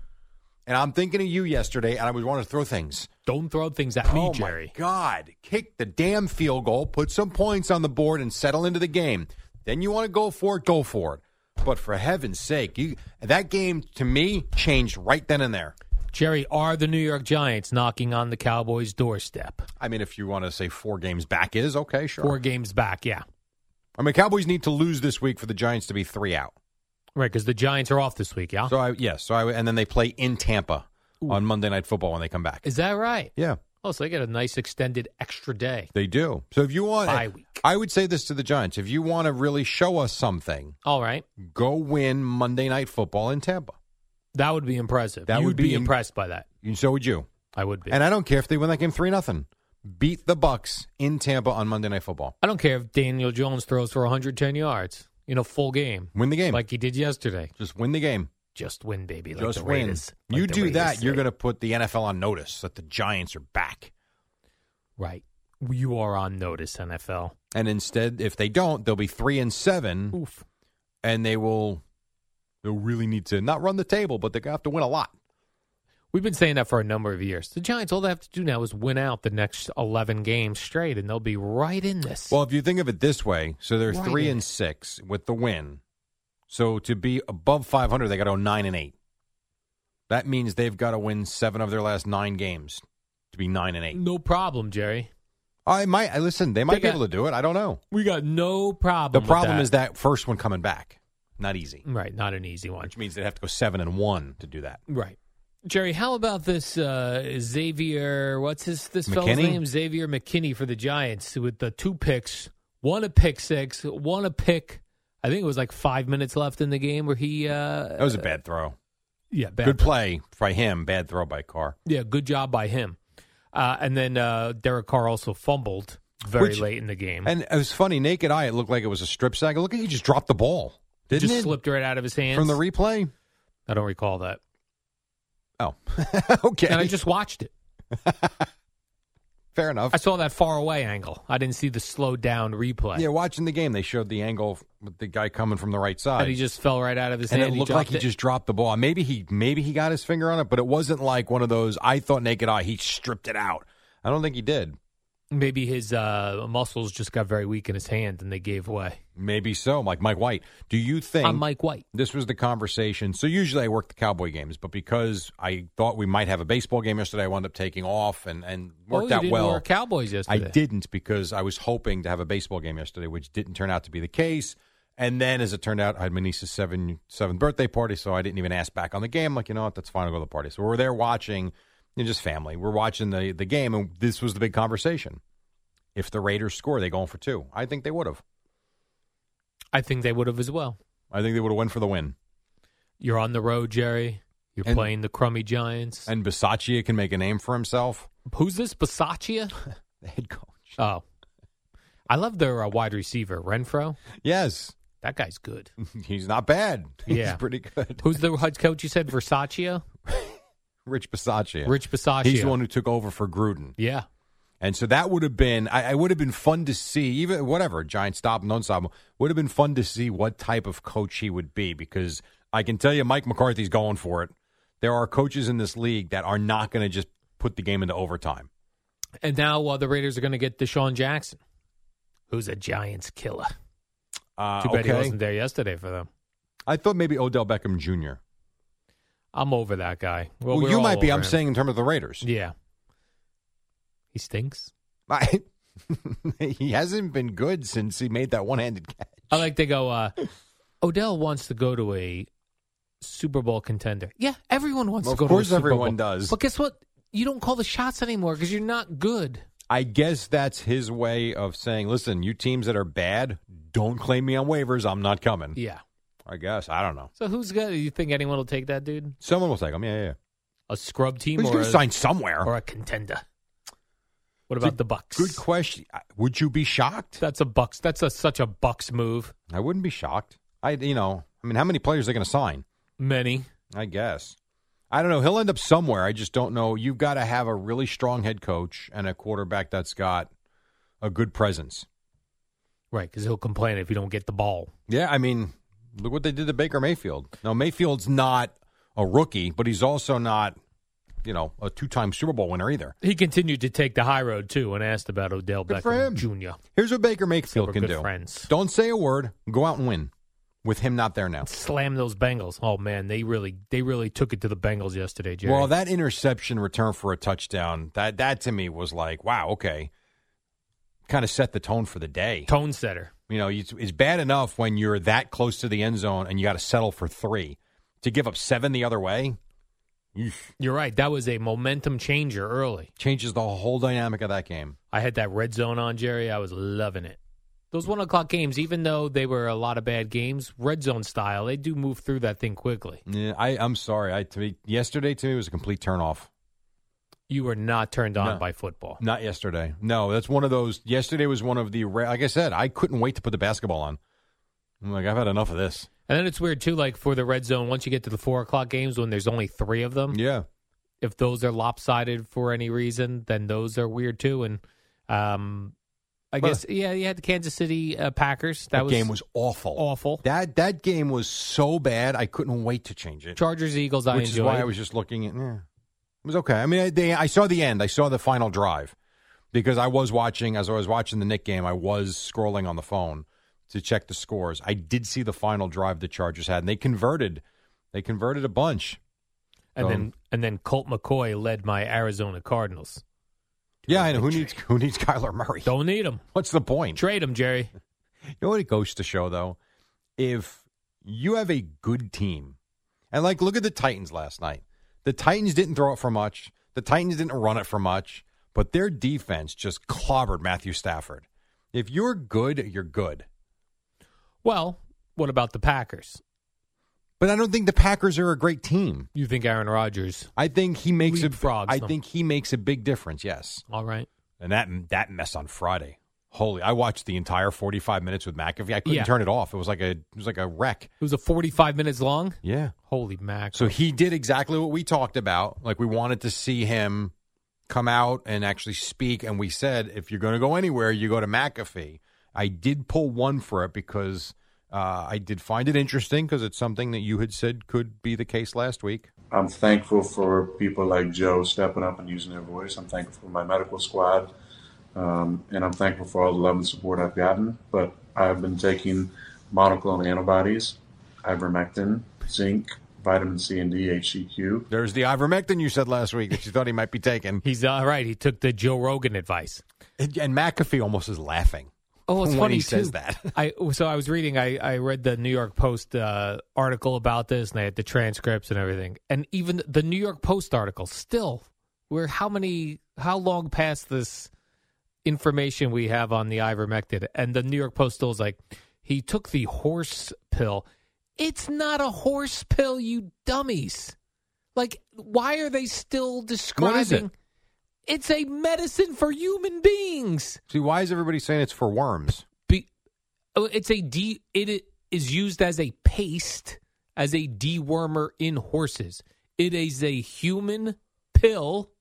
Speaker 1: And I'm thinking of you yesterday, and I was wanting to throw things.
Speaker 2: Don't throw things at me,
Speaker 1: oh
Speaker 2: Jerry.
Speaker 1: my God! Kick the damn field goal, put some points on the board, and settle into the game. Then you want to go for it, go for it. But for heaven's sake, you that game to me changed right then and there.
Speaker 2: Jerry, are the New York Giants knocking on the Cowboys' doorstep?
Speaker 1: I mean, if you want to say four games back is okay, sure.
Speaker 2: Four games back, yeah.
Speaker 1: I mean, Cowboys need to lose this week for the Giants to be three out.
Speaker 2: Right, because the Giants are off this week, yeah?
Speaker 1: So I yes, so I and then they play in Tampa on Monday Night Football when they come back.
Speaker 2: Is that right?
Speaker 1: Yeah,
Speaker 2: Oh, so they get a nice extended extra day.
Speaker 1: they do. So if you want,
Speaker 2: Bye week.
Speaker 1: I would say this to the Giants: if you want to really show us something,
Speaker 2: All right.
Speaker 1: go win Monday Night Football in Tampa.
Speaker 2: That would be impressive.
Speaker 1: That
Speaker 2: You'd
Speaker 1: would
Speaker 2: be,
Speaker 1: be im-
Speaker 2: impressed by that.
Speaker 1: And so would you.
Speaker 2: I would be.
Speaker 1: And I don't care if they win that game three nothing. Beat the Bucks in Tampa on Monday Night Football.
Speaker 2: I don't care if Daniel Jones throws for 110 yards in a full game,
Speaker 1: Win the game.
Speaker 2: like he did yesterday.
Speaker 1: just win the game.
Speaker 2: Just win, baby. Like
Speaker 1: Just
Speaker 2: the
Speaker 1: win.
Speaker 2: Raiders- like
Speaker 1: you
Speaker 2: the
Speaker 1: do
Speaker 2: Raiders
Speaker 1: that, you're
Speaker 2: say.
Speaker 1: going to put the NFL on notice that the Giants are back.
Speaker 2: right. You are on notice, NFL.
Speaker 1: And instead, if they don't, they'll be three and seven.
Speaker 2: Oof.
Speaker 1: and they will they'll really need to not run the table, but they're gonna have to win a lot.
Speaker 2: We've been saying that for a number of years. The Giants, all they have to do now is win out the next 11 games straight, and they'll be right in this.
Speaker 1: Well, if you think of it this way, so they're
Speaker 2: Right
Speaker 1: three
Speaker 2: in
Speaker 1: and
Speaker 2: it.
Speaker 1: six with the win. So to be above five hundred, they got to go nine and eight. That means they've got to win seven of their last nine games to be nine and eight.
Speaker 2: no problem, Jerry.
Speaker 1: I might I- listen. They might
Speaker 2: They
Speaker 1: be
Speaker 2: got-
Speaker 1: able to do it. I don't know.
Speaker 2: We got no
Speaker 1: The
Speaker 2: problem.
Speaker 1: problem
Speaker 2: is
Speaker 1: is that first one coming back, not easy,
Speaker 2: Right, not an easy one.
Speaker 1: which means they'd have to go seven and one to do that.
Speaker 2: Right. Jerry, how about this uh, Xavier? What's his this fellow's
Speaker 1: McKinney?
Speaker 2: name? Xavier McKinney for the Giants with the two picks, one a pick six, one a pick. I think it was like five minutes left in the game where he. Uh,
Speaker 1: That was a bad throw.
Speaker 2: yeah, bad
Speaker 1: Oh, Good play by him. Bad throw by Carr.
Speaker 2: Yeah, good job by him. Uh, and then uh, Derek Carr also fumbled very
Speaker 1: Which-
Speaker 2: late in the game.
Speaker 1: And it was funny. Naked eye, it looked like it was a strip sack. Look, he just dropped the ball. Didn't
Speaker 2: just
Speaker 1: it?
Speaker 2: slipped right out of his hands.
Speaker 1: from the replay.
Speaker 2: I don't recall that.
Speaker 1: Oh, okay.
Speaker 2: And I just watched it.
Speaker 1: Fair enough.
Speaker 2: I saw that far away angle. I didn't see the slowed down replay.
Speaker 1: yeah, watching the game, they showed the angle with the guy coming from the right side,
Speaker 2: And he just fell right out of his
Speaker 1: and
Speaker 2: hand.
Speaker 1: it looked like
Speaker 2: dropped
Speaker 1: he just dropped the ball. Maybe he, maybe he got his finger on it, but it wasn't like one of those. I thought naked eye. He stripped it out. I don't think he did.
Speaker 2: Maybe his uh, muscles just got very weak in his hand and they gave way.
Speaker 1: Maybe so. Like Mike White. Do you think?
Speaker 2: I'm Mike White.
Speaker 1: this was the conversation. So usually I work the Cowboy games, but because I thought we might have a baseball game yesterday, I wound up taking off and and
Speaker 2: oh,
Speaker 1: worked
Speaker 2: you
Speaker 1: out
Speaker 2: didn't
Speaker 1: well.
Speaker 2: wear Cowboys
Speaker 1: I
Speaker 2: yesterday.
Speaker 1: didn't because I was hoping to have a baseball game yesterday, which didn't turn out to be the case. And then, as it turned out, I had my niece's seven seventh birthday party, so I didn't even ask back on the game. Like, you know what? That's fine. I'll go to the party. So we're there watching, you know, just family. We're watching the the game, and this was the big conversation. If the Raiders score, they going for two. I think they would have.
Speaker 2: I think they would have as well.
Speaker 1: I think they would have went for the win.
Speaker 2: You're on the road, Jerry. You're
Speaker 1: And-
Speaker 2: playing the crummy Giants.
Speaker 1: And Bisaccia can make a name for himself.
Speaker 2: Who's this, Basaccia?
Speaker 1: The head coach.
Speaker 2: Oh. I love their uh, wide receiver, Renfro.
Speaker 1: Yes,
Speaker 2: That guy's good.
Speaker 1: he's not bad. He's
Speaker 2: Yeah.
Speaker 1: pretty good.
Speaker 2: Who's the head coach you said? Versaccio?
Speaker 1: Rich Bisaccia.
Speaker 2: Rich Basaccio.
Speaker 1: He's the one who took over for Gruden.
Speaker 2: Yeah.
Speaker 1: And so that would have been, I, I would have been fun to see, even whatever, giant stop, non stop, would have been fun to see what type of coach he would be because I can tell you Mike McCarthy's going for it. There are coaches in this league that are not going to just put the game into overtime.
Speaker 2: And now uh, the Raiders are going to get Deshaun Jackson, who's a Giants killer.
Speaker 1: Uh,
Speaker 2: Too bad he
Speaker 1: okay.
Speaker 2: wasn't there yesterday for them.
Speaker 1: I thought maybe Odell Beckham Jr.
Speaker 2: I'm over that guy.
Speaker 1: Well,
Speaker 2: we're
Speaker 1: you
Speaker 2: all
Speaker 1: might be,
Speaker 2: over
Speaker 1: I'm
Speaker 2: him.
Speaker 1: saying, in terms of the Raiders.
Speaker 2: Yeah. He stinks.
Speaker 1: I- he hasn't been good since he made that one handed catch.
Speaker 2: I like to go, uh, Odell wants to go to a Super Bowl contender. Yeah, everyone wants
Speaker 1: Of
Speaker 2: to go to a
Speaker 1: course
Speaker 2: Super
Speaker 1: everyone
Speaker 2: Bowl.
Speaker 1: does.
Speaker 2: But guess what? You don't call the shots anymore because you're not good.
Speaker 1: I guess that's his way of saying, listen, you teams that are bad, don't claim me on waivers. I'm not coming.
Speaker 2: Yeah.
Speaker 1: I guess. I don't know.
Speaker 2: So who's going to, you think anyone will take that dude?
Speaker 1: Someone will take him. Yeah, yeah. yeah.
Speaker 2: A scrub team
Speaker 1: He's
Speaker 2: or
Speaker 1: going
Speaker 2: a,
Speaker 1: to sign somewhere.
Speaker 2: or a contender? What about the Bucks?
Speaker 1: Good question. I- Would you be shocked?
Speaker 2: That's a Bucks. That's a, such a Bucks move.
Speaker 1: I wouldn't be shocked. I, you know, I mean, how many players are they going to sign?
Speaker 2: Many.
Speaker 1: I guess. I don't know. He'll end up somewhere. I just don't know. You've got to have a really strong head coach and a quarterback that's got a good presence.
Speaker 2: Right, because he'll complain if you don't get the ball.
Speaker 1: Yeah, I mean, look what they did to Baker Mayfield. Now Mayfield's not a rookie, but he's also not, you know, a two-time Super Bowl winner either.
Speaker 2: He continued to take the high road too, and asked about Odell
Speaker 1: Good for
Speaker 2: Beckham
Speaker 1: him.
Speaker 2: Jr.
Speaker 1: Here's what Baker
Speaker 2: we're
Speaker 1: Mayfield can
Speaker 2: good
Speaker 1: do.
Speaker 2: friends.
Speaker 1: Don't say a word. Go out and win. With him not there now.
Speaker 2: Slam those Bengals. Oh man, they really they really took it to the Bengals yesterday, Jerry.
Speaker 1: Well, that interception return for a touchdown, that that to me was like, wow, okay. Kind of set the tone for the day.
Speaker 2: tone setter.
Speaker 1: You know, it's, it's bad enough when you're that close to the end zone and you got to settle for three. To give up seven the other way
Speaker 2: You're right. That was a momentum changer early.
Speaker 1: changes the whole dynamic of that game.
Speaker 2: I had that red zone on, Jerry. I was loving it. Those one o'clock games, even though they were a lot of bad games, red zone style, they do move through that thing quickly.
Speaker 1: Yeah, I, I'm sorry. I to me, yesterday to me was a complete turnoff.
Speaker 2: You were not turned on
Speaker 1: No.
Speaker 2: by football.
Speaker 1: Not yesterday. No, that's one of those. Yesterday was one of the. ra- Like I said, I couldn't wait to put the basketball on. I'm like, I've had enough of this.
Speaker 2: And then it's weird too, like for the red zone, once you get to the four o'clock games when there's only three of them,
Speaker 1: Yeah.
Speaker 2: if those are lopsided for any reason, then those are weird too. And um, I
Speaker 1: Well-
Speaker 2: guess yeah, you had the Kansas City uh, Packers. That
Speaker 1: That,
Speaker 2: was,
Speaker 1: game was awful.
Speaker 2: awful.
Speaker 1: That that game was so bad, I couldn't wait to change it.
Speaker 2: Chargers Eagles. I
Speaker 1: which is
Speaker 2: enjoyed.
Speaker 1: why I was just looking at. Yeah, it was okay. I mean, I, they, I saw the end. I saw the final drive because I was watching as I was watching the Nick game. I was scrolling on the phone to check the scores. I did see the final drive the Chargers had, and they converted. They converted a bunch.
Speaker 2: and then and then Colt McCoy led my Arizona Cardinals.
Speaker 1: Yeah, I know who needs who needs Kyler Murray.
Speaker 2: Don't need him.
Speaker 1: What's the point?
Speaker 2: Trade him, Jerry.
Speaker 1: You know what it goes to show, though? If you have a good team, and like, look at the Titans last night. The Titans didn't throw it for much, the Titans didn't run it for much, but their defense just clobbered Matthew Stafford. If you're good, you're good.
Speaker 2: Well, what about the Packers?
Speaker 1: But I don't think the Packers are a great team.
Speaker 2: You think Aaron Rodgers?
Speaker 1: I think he makes a
Speaker 2: Leapfrogs
Speaker 1: I
Speaker 2: them.
Speaker 1: think he makes a big difference. Yes,
Speaker 2: All right.
Speaker 1: and that that mess on Friday, holy! I watched the entire forty five minutes with McAfee. I couldn't
Speaker 2: Yeah.
Speaker 1: turn it off. It was like a it was like a wreck.
Speaker 2: It was a forty-five minutes long.
Speaker 1: Yeah,
Speaker 2: Holy mac!
Speaker 1: So he did exactly what we talked about. Like we wanted to see him come out and actually speak, and we said if you're going to go anywhere, you go to McAfee. I did pull one for it because uh, I did find it interesting because it's something that you had said could be the case last week.
Speaker 6: I'm thankful for people like Joe stepping up and using their voice. I'm thankful for my medical squad, um, and I'm thankful for all the love and support I've gotten. But I've been taking monoclonal antibodies, ivermectin, zinc, vitamin C and D, HCQ.
Speaker 1: There's the ivermectin you said last week that you thought he might be taking,
Speaker 2: He's all right. He took the Joe Rogan advice.
Speaker 1: and, and McAfee almost is laughing.
Speaker 2: Oh, it's
Speaker 1: when
Speaker 2: funny
Speaker 1: he says
Speaker 2: too.
Speaker 1: that.
Speaker 2: I so I was reading. I, I read the New York Post uh, article about this, and they had the transcripts and everything. And even the New York Post article still, we're how many how long past this information we have on the ivermectin, and the New York Post still is like, he took the horse pill. It's not a horse pill, you dummies. Like, why are they still describing?
Speaker 1: is it?
Speaker 2: It's a medicine for human beings
Speaker 1: See, why is everybody saying it's for worms?
Speaker 2: be, oh, it's a de, it i- is used as a paste as a dewormer in horses it is a human pill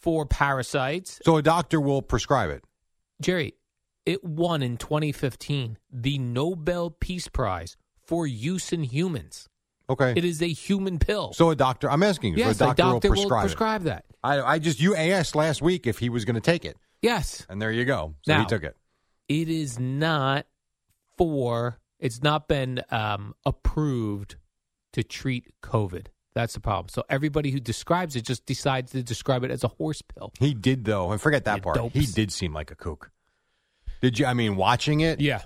Speaker 2: for parasites
Speaker 1: So a doctor will prescribe it.
Speaker 2: jerry it won in 2015 the nobel peace prize for use in humans
Speaker 1: Okay.
Speaker 2: it is a human pill
Speaker 1: so a doctor, I'm asking you,
Speaker 2: yes
Speaker 1: so a doctor,
Speaker 2: a doctor will
Speaker 1: prescribe, it.
Speaker 2: prescribe that
Speaker 1: I, I just you asked last week if he was going to take it,
Speaker 2: yes
Speaker 1: and there you go. So he
Speaker 2: Now-
Speaker 1: took it.
Speaker 2: it is not for it's not been um, approved to treat covid that's the problem so everybody who describes it just decides to describe it as a horse pill
Speaker 1: He did though, and forget that
Speaker 2: You
Speaker 1: part.
Speaker 2: dopes.
Speaker 1: He did seem like a kook. Did you? I mean, watching it,
Speaker 2: yeah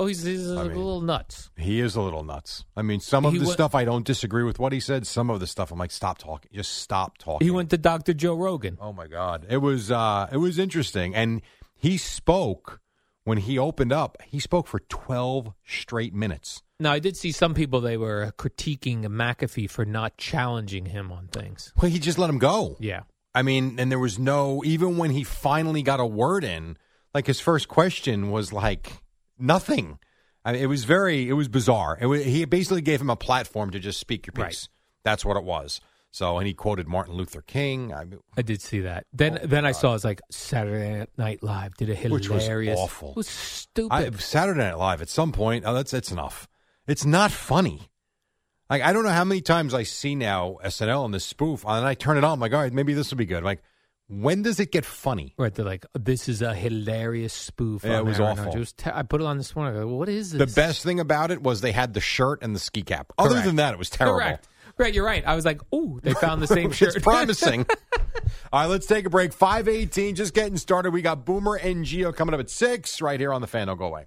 Speaker 2: oh he's, he's a
Speaker 1: I mean,
Speaker 2: little nuts
Speaker 1: he is a little nuts. I mean, some of
Speaker 2: He
Speaker 1: the
Speaker 2: wa-
Speaker 1: stuff I don't disagree with what he said. Some of the stuff I'm like, stop talking, just stop talking.
Speaker 2: he went to dr joe rogan
Speaker 1: Oh my god, it was uh, it was interesting, and he spoke when he opened up. He spoke for twelve straight minutes.
Speaker 2: now i did see some people they were critiquing mcafee for not challenging him on things
Speaker 1: Well, he just let him go.
Speaker 2: yeah
Speaker 1: I mean, and there was no even when he finally got a word in, like his first question was like nothing. I mean, it was very, it was bizarre. It was, he basically gave him a platform to just speak your piece.
Speaker 2: Right.
Speaker 1: That's what it was. So, and he quoted Martin Luther King, I mean,
Speaker 2: I did see that. Then,
Speaker 1: Oh,
Speaker 2: then I
Speaker 1: God.
Speaker 2: saw it's like Saturday Night Live did a hilarious,
Speaker 1: Which was awful.
Speaker 2: It was stupid.
Speaker 1: I, Saturday Night Live. At some point, oh, that's it's enough. It's not funny. Like I don't know how many times I see now SNL and this spoof, and I turn it on. I'm like, all right, maybe this will be good. I'm like, when does it get funny?
Speaker 2: Right, they're like, this is a hilarious spoof.
Speaker 1: Yeah,
Speaker 2: on
Speaker 1: it was
Speaker 2: Aaron
Speaker 1: awful.
Speaker 2: Rodgers." Te- I put it on this morning. I go, what is this?
Speaker 1: The best thing about it was they had the shirt and the ski cap. Other
Speaker 2: Correct.
Speaker 1: than that, it was terrible.
Speaker 2: Correct. Right, you're right. I was like, ooh, they found the same
Speaker 1: It's
Speaker 2: shirt.
Speaker 1: promising. All right, let's take a break. 518, just getting started. We got Boomer and Geo coming up at 6 right here on the fan. Don't go away.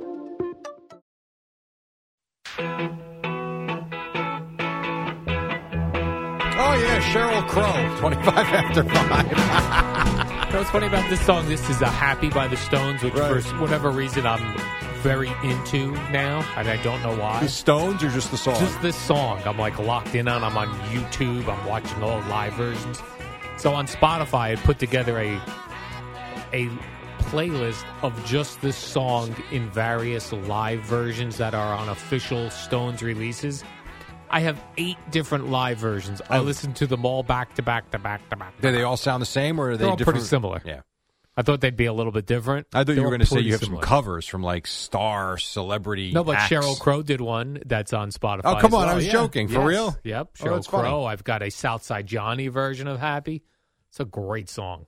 Speaker 1: Oh, yeah, Cheryl Crow, 25 after 5.
Speaker 2: You know what's funny about this song? This is a Happy by the Stones, which
Speaker 1: Right.
Speaker 2: for whatever reason I'm very into now, and I don't know why.
Speaker 1: The Stones or just the song?
Speaker 2: Just this song I'm like locked in on. I'm on YouTube. I'm watching all live versions. So on Spotify, I put together a a playlist of just this song in various live versions that are on official Stones releases. I have eight different live versions. I listen to them all back to back to back to back. to
Speaker 1: Do Oh. they
Speaker 2: back.
Speaker 1: all sound the same or are they
Speaker 2: They're all
Speaker 1: different?
Speaker 2: pretty similar.
Speaker 1: Yeah.
Speaker 2: I thought they'd be a little bit different.
Speaker 1: I thought
Speaker 2: They're
Speaker 1: you were
Speaker 2: all
Speaker 1: going to say
Speaker 2: pretty
Speaker 1: you have
Speaker 2: similar.
Speaker 1: some covers from like star celebrity.
Speaker 2: No, but
Speaker 1: acts.
Speaker 2: Cheryl Crow did one that's on Spotify.
Speaker 1: Oh, come
Speaker 2: as
Speaker 1: on, I
Speaker 2: well.
Speaker 1: was
Speaker 2: Yeah.
Speaker 1: joking. For
Speaker 2: Yes.
Speaker 1: real?
Speaker 2: Yep.
Speaker 1: Oh,
Speaker 2: Cheryl
Speaker 1: that's funny.
Speaker 2: Crow. I've got a Southside Johnny version of Happy. It's a great song.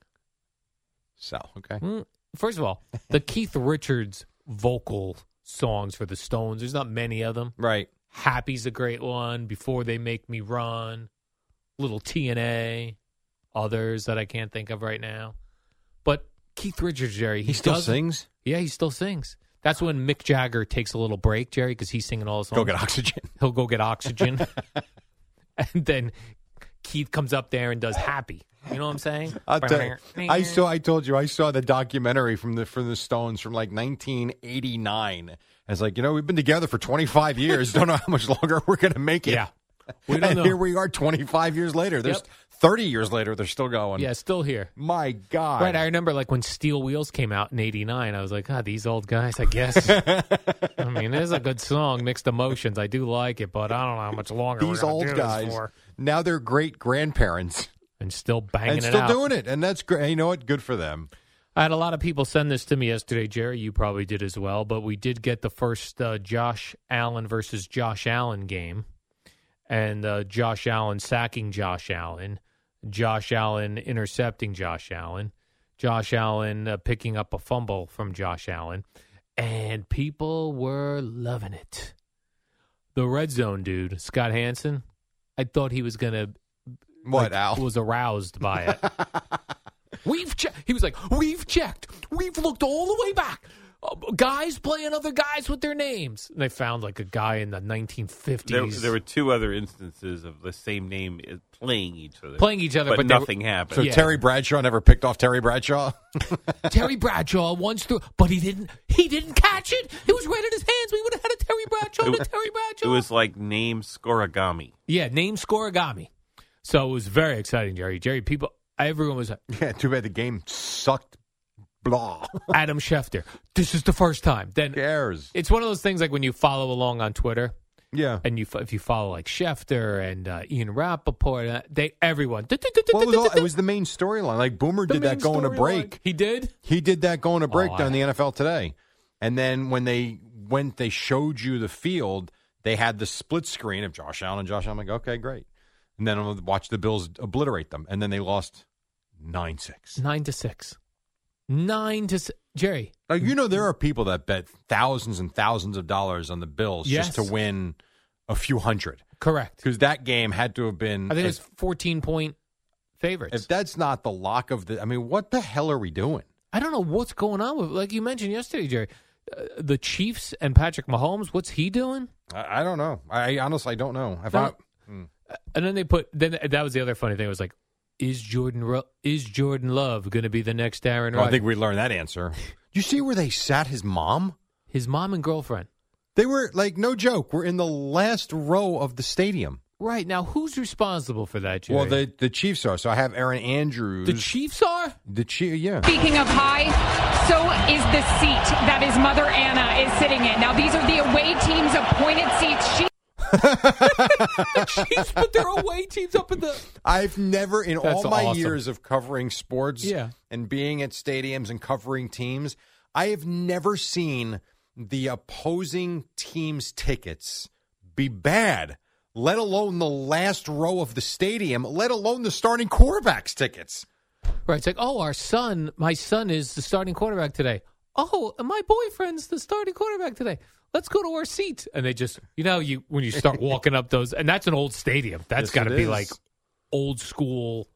Speaker 1: So, okay.
Speaker 2: Mm, First of all, the Keith Richards vocal songs for the Stones, there's not many of them.
Speaker 1: Right.
Speaker 2: Happy's a great one. Before They Make Me Run. Little TNA. Others that I can't think of right now. But Keith Richards, Jerry, he,
Speaker 1: He still
Speaker 2: does-
Speaker 1: sings?
Speaker 2: Yeah, he still sings. That's when Mick Jagger takes a little break, Jerry, because he's singing all the songs
Speaker 1: Go get oxygen.
Speaker 2: he'll go get oxygen. and then Keith comes up there and does happy. You know what I'm saying?
Speaker 1: I'll tell you, I saw. I told you. I saw the documentary from the from the Stones from like 1989. It's like you know we've been together for 25 years. don't know how much longer we're going to make it.
Speaker 2: Yeah. We don't
Speaker 1: and
Speaker 2: know.
Speaker 1: here we are, 25 years later. There's 30 years later. They're still going.
Speaker 2: Yeah, still here.
Speaker 1: My God.
Speaker 2: Right, I remember like when Steel Wheels came out in '89. I was like, "God, these old guys." I guess. I mean, it is a good song, mixed emotions. I do like it, but I don't know how much longer
Speaker 1: These
Speaker 2: we're gonna
Speaker 1: old
Speaker 2: do this
Speaker 1: guys.
Speaker 2: for.
Speaker 1: Now they're great grandparents
Speaker 2: and still banging
Speaker 1: and
Speaker 2: it
Speaker 1: still
Speaker 2: out.
Speaker 1: doing it, and that's great. You know what? Good for them.
Speaker 2: I had a lot of people send this to me yesterday, Jerry. You probably did as well, but we did get the first uh, Josh Allen versus Josh Allen game, and uh, Josh Allen sacking Josh Allen, Josh Allen intercepting Josh Allen, Josh Allen uh, picking up a fumble from Josh Allen, and people were loving it. The red zone dude, Scott Hansen, I thought he was gonna
Speaker 1: What
Speaker 2: like,
Speaker 1: Al?
Speaker 2: was aroused by it. we've che- he was like, we've checked, we've looked all the way back. Uh, guys playing other guys with their names, and they found like a guy in the 1950s.
Speaker 7: There, there were two other instances of the same name uh, playing each other.
Speaker 2: Playing each other,
Speaker 7: but,
Speaker 2: but they were-
Speaker 7: nothing happened.
Speaker 1: so
Speaker 2: yeah.
Speaker 1: Terry Bradshaw never picked off Terry Bradshaw.
Speaker 2: Terry Bradshaw once threw, but he didn't. He didn't catch it. It was right in his hands. We would have had a Terry Bradshaw.
Speaker 7: It
Speaker 2: to
Speaker 7: wa-
Speaker 2: Terry Bradshaw.
Speaker 7: It was like name scorigami.
Speaker 2: yeah, name scoregami. So it was very exciting, Jerry. Jerry, people, everyone was
Speaker 1: yeah. Too bad the game sucked. Blah.
Speaker 2: Adam Schefter. This is the first time. Then
Speaker 1: Who cares?
Speaker 2: it's one of those things like when you follow along on Twitter.
Speaker 1: Yeah.
Speaker 2: and you if you follow like Schefter and uh, Ian Rappaport, uh, they everyone.
Speaker 1: Well, it was, all, it was the main storyline. Like Boomer
Speaker 2: The
Speaker 1: did that
Speaker 2: main
Speaker 1: going to break.
Speaker 2: He did.
Speaker 1: He did that going to break
Speaker 2: Oh,
Speaker 1: down
Speaker 2: I-
Speaker 1: the NFL today. And then when they went, they showed you the field. They had the split screen of Josh Allen and Josh. Allen. I'm like, okay, great. And then I'll watch the Bills obliterate them. And then they lost nine six.
Speaker 2: Nine to six. Nine to si- Jerry.
Speaker 1: Like you know, there are people that bet thousands and thousands of dollars on the Bills
Speaker 2: Yes.
Speaker 1: just to win a few hundred
Speaker 2: Correct.
Speaker 1: because that game had to have been.
Speaker 2: I think it was
Speaker 1: if,
Speaker 2: fourteen point favorites.
Speaker 1: if that's not the lock of the, I mean, what the hell are we doing?
Speaker 2: I don't know what's going on with like you mentioned yesterday, Jerry. Uh, the Chiefs and Patrick Mahomes. What's he doing?
Speaker 1: I, I don't know. I, I honestly don't know. If
Speaker 2: No.
Speaker 1: I,
Speaker 2: And then they put. Then that was the other funny thing. It was like, is Jordan Ro- is Jordan Love going to be the next Aaron
Speaker 1: Well, I
Speaker 2: Rodgers?
Speaker 1: think we learned that answer. you see where they sat his mom?
Speaker 2: His mom and girlfriend.
Speaker 1: They were like, no joke, we're in the last row of the stadium.
Speaker 2: Right now, who's responsible for that? Jerry?
Speaker 1: Well, the the Chiefs are. So I have Aaron Andrews.
Speaker 2: the Chiefs are.
Speaker 1: The Chief, yeah.
Speaker 8: Speaking of high, so is the seat that his mother Anna is sitting in. Now, these are the away team's appointed seats. She
Speaker 2: The Chiefs put their away teams up in the.
Speaker 1: I've never, in
Speaker 2: That's
Speaker 1: all my
Speaker 2: awesome.
Speaker 1: years of covering sports
Speaker 2: Yeah.
Speaker 1: and being at stadiums and covering teams, I have never seen the opposing team's tickets be bad, let alone the last row of the stadium, let alone the starting quarterback's tickets.
Speaker 2: Right. It's like, oh, our son, my son is the starting quarterback today. Oh, and my boyfriend's the starting quarterback today. Let's go to our seat. And they just, you know, you when you start walking up those, and that's an old stadium. That's
Speaker 1: Yes,
Speaker 2: got to
Speaker 1: it
Speaker 2: be
Speaker 1: is.
Speaker 2: like old school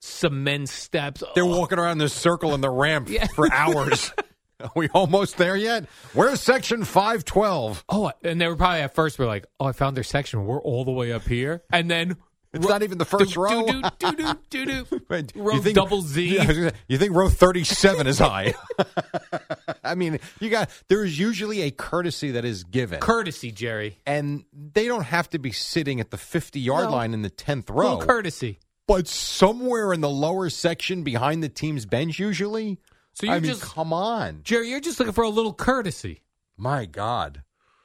Speaker 2: cement steps.
Speaker 1: They're
Speaker 2: Oh,
Speaker 1: walking around this circle in the ramp
Speaker 2: Yeah.
Speaker 1: for hours. Are we almost there yet? Where's section 512?
Speaker 2: Oh, and they were probably at first were like, oh, I found their section. We're all the way up here, and then
Speaker 1: It's not even the first row.
Speaker 2: Do do do do do.
Speaker 1: Wait, you
Speaker 2: Row
Speaker 1: think-
Speaker 2: double Z.
Speaker 1: Yeah, I was gonna say, you think row 37 is high? I mean, you got there is usually a courtesy that is given.
Speaker 2: Courtesy, Jerry.
Speaker 1: and they don't have to be sitting at the 50 yard
Speaker 2: No.
Speaker 1: line in the 10th row.
Speaker 2: Little courtesy.
Speaker 1: but somewhere in the lower section behind the team's bench usually.
Speaker 2: So you
Speaker 1: I mean,
Speaker 2: just
Speaker 1: come on.
Speaker 2: Jerry, you're just looking for a little courtesy.
Speaker 1: My god.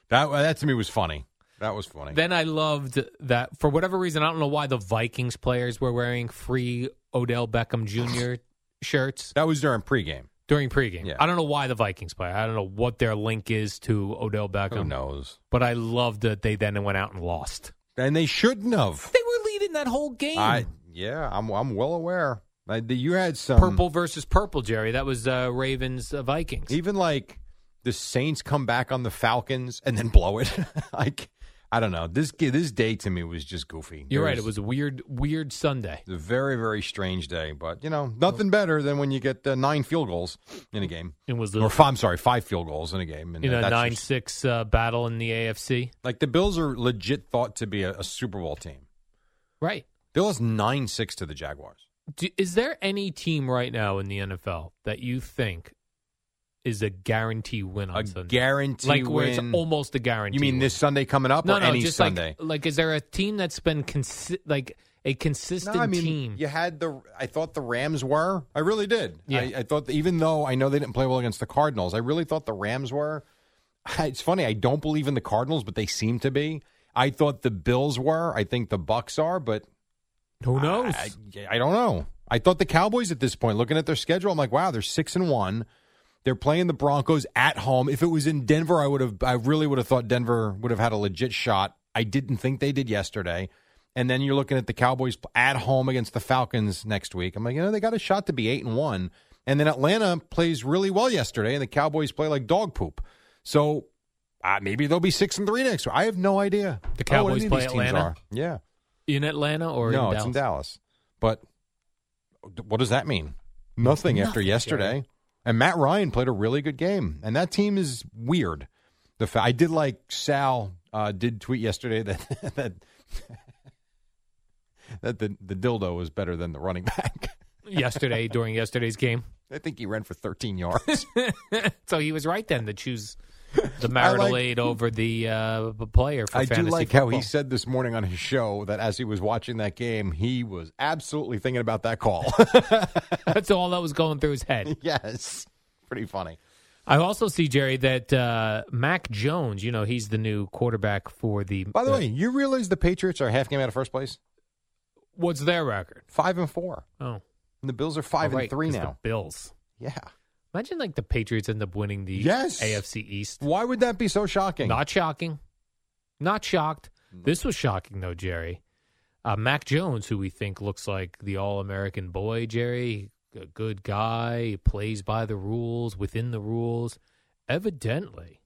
Speaker 1: That that to me was funny. That was funny.
Speaker 2: Then I loved that for whatever reason, I don't know why the Vikings players were wearing free Odell Beckham Jr. shirts
Speaker 1: that was during pregame.
Speaker 2: during pregame.
Speaker 1: Yeah.
Speaker 2: I don't know why the Vikings player. I don't know what their link is to Odell
Speaker 1: Who
Speaker 2: Beckham.
Speaker 1: knows?
Speaker 2: But I loved that they then went out and lost.
Speaker 1: And they shouldn't have.
Speaker 2: They were leading that whole game.
Speaker 1: I yeah, I'm I'm well aware. I, you had some
Speaker 2: purple versus purple, Jerry. That was uh, Ravens uh, Vikings.
Speaker 1: Even like the Saints come back on the Falcons and then blow it. like I don't know. This g- this day to me was just goofy.
Speaker 2: You're
Speaker 1: There
Speaker 2: right. It was a weird, weird Sunday.
Speaker 1: a very very strange day, but you know nothing better than when you get uh, nine field goals in a game.
Speaker 2: It was
Speaker 1: Or
Speaker 2: the,
Speaker 1: five, I'm sorry, five field goals in a game. And uh,
Speaker 2: you know
Speaker 1: that's
Speaker 2: nine
Speaker 1: just-
Speaker 2: six uh, battle in the AFC.
Speaker 1: like the Bills are legit thought to be a, a Super Bowl team.
Speaker 2: Right.
Speaker 1: They lost nine six to the Jaguars.
Speaker 2: Do, is there any team right now in the NFL that you think is a guarantee win on
Speaker 1: A
Speaker 2: Sunday?
Speaker 1: guarantee
Speaker 2: like where it's
Speaker 1: win.
Speaker 2: almost a guarantee.
Speaker 1: You mean
Speaker 2: win?
Speaker 1: this Sunday coming up
Speaker 2: No,
Speaker 1: or
Speaker 2: no,
Speaker 1: any
Speaker 2: just
Speaker 1: Sunday?
Speaker 2: like like is there a team that's been consi- like a consistent
Speaker 1: no, I mean,
Speaker 2: team?
Speaker 1: You had the. I thought the Rams were. I really did.
Speaker 2: Yeah.
Speaker 1: I, I thought that even though I know they didn't play well against the Cardinals, I really thought the Rams were. It's funny. I don't believe in the Cardinals, but they seem to be. I thought the Bills were. I think the Bucks are, but
Speaker 2: Who knows?
Speaker 1: I, I don't know. I thought the Cowboys at this point, looking at their schedule, I'm like, wow, they're six and one. They're playing the Broncos at home. If it was in Denver, I would have. I really would have thought Denver would have had a legit shot. I didn't think they did yesterday. And then you're looking at the Cowboys at home against the Falcons next week. I'm like, you know, they got a shot to be eight and one. And then Atlanta plays really well yesterday, and the Cowboys play like dog poop. So uh, maybe they'll be six and three next week. I have no idea.
Speaker 2: The
Speaker 1: I don't know what
Speaker 2: Cowboys
Speaker 1: any of
Speaker 2: play
Speaker 1: these teams
Speaker 2: Atlanta?
Speaker 1: are. Yeah
Speaker 2: in Atlanta or
Speaker 1: no,
Speaker 2: in
Speaker 1: it's in
Speaker 2: Dallas?
Speaker 1: Dallas. But what does that mean? Nothing, after
Speaker 2: Nothing,
Speaker 1: yesterday.
Speaker 2: Jerry.
Speaker 1: And Matt Ryan played a really good game, and that team is weird. The fa- I did like Sal uh, did tweet yesterday that that that the, the dildo was better than the running back.
Speaker 2: yesterday during yesterday's game.
Speaker 1: I think he ran for 13 yards.
Speaker 2: So he was right then to choose the marital
Speaker 1: like-
Speaker 2: aid over the uh, b- player for
Speaker 1: I do
Speaker 2: fantasy
Speaker 1: like
Speaker 2: football.
Speaker 1: how he said this morning on his show that as he was watching that game, he was absolutely thinking about that call.
Speaker 2: That's all that was going through his head.
Speaker 1: yes, pretty funny.
Speaker 2: I also see Jerry that uh, Mac Jones. You know, he's the new quarterback for the. uh,
Speaker 1: By the way, you realize the Patriots are half game out of first place,
Speaker 2: what's their record?
Speaker 1: five and four.
Speaker 2: Oh,
Speaker 1: And the Bills are five
Speaker 2: oh, right,
Speaker 1: and three
Speaker 2: 'cause
Speaker 1: now.
Speaker 2: The Bills.
Speaker 1: Yeah.
Speaker 2: Imagine like the Patriots end up winning the
Speaker 1: Yes.
Speaker 2: AFC East.
Speaker 1: Why would that be so shocking? Mm.
Speaker 2: Not shocking. Not shocked. This was shocking though, Jerry. Uh, Mac Jones, who we think looks like the all-American boy, Jerry, a good guy, he plays by the rules, within the rules. Evidently,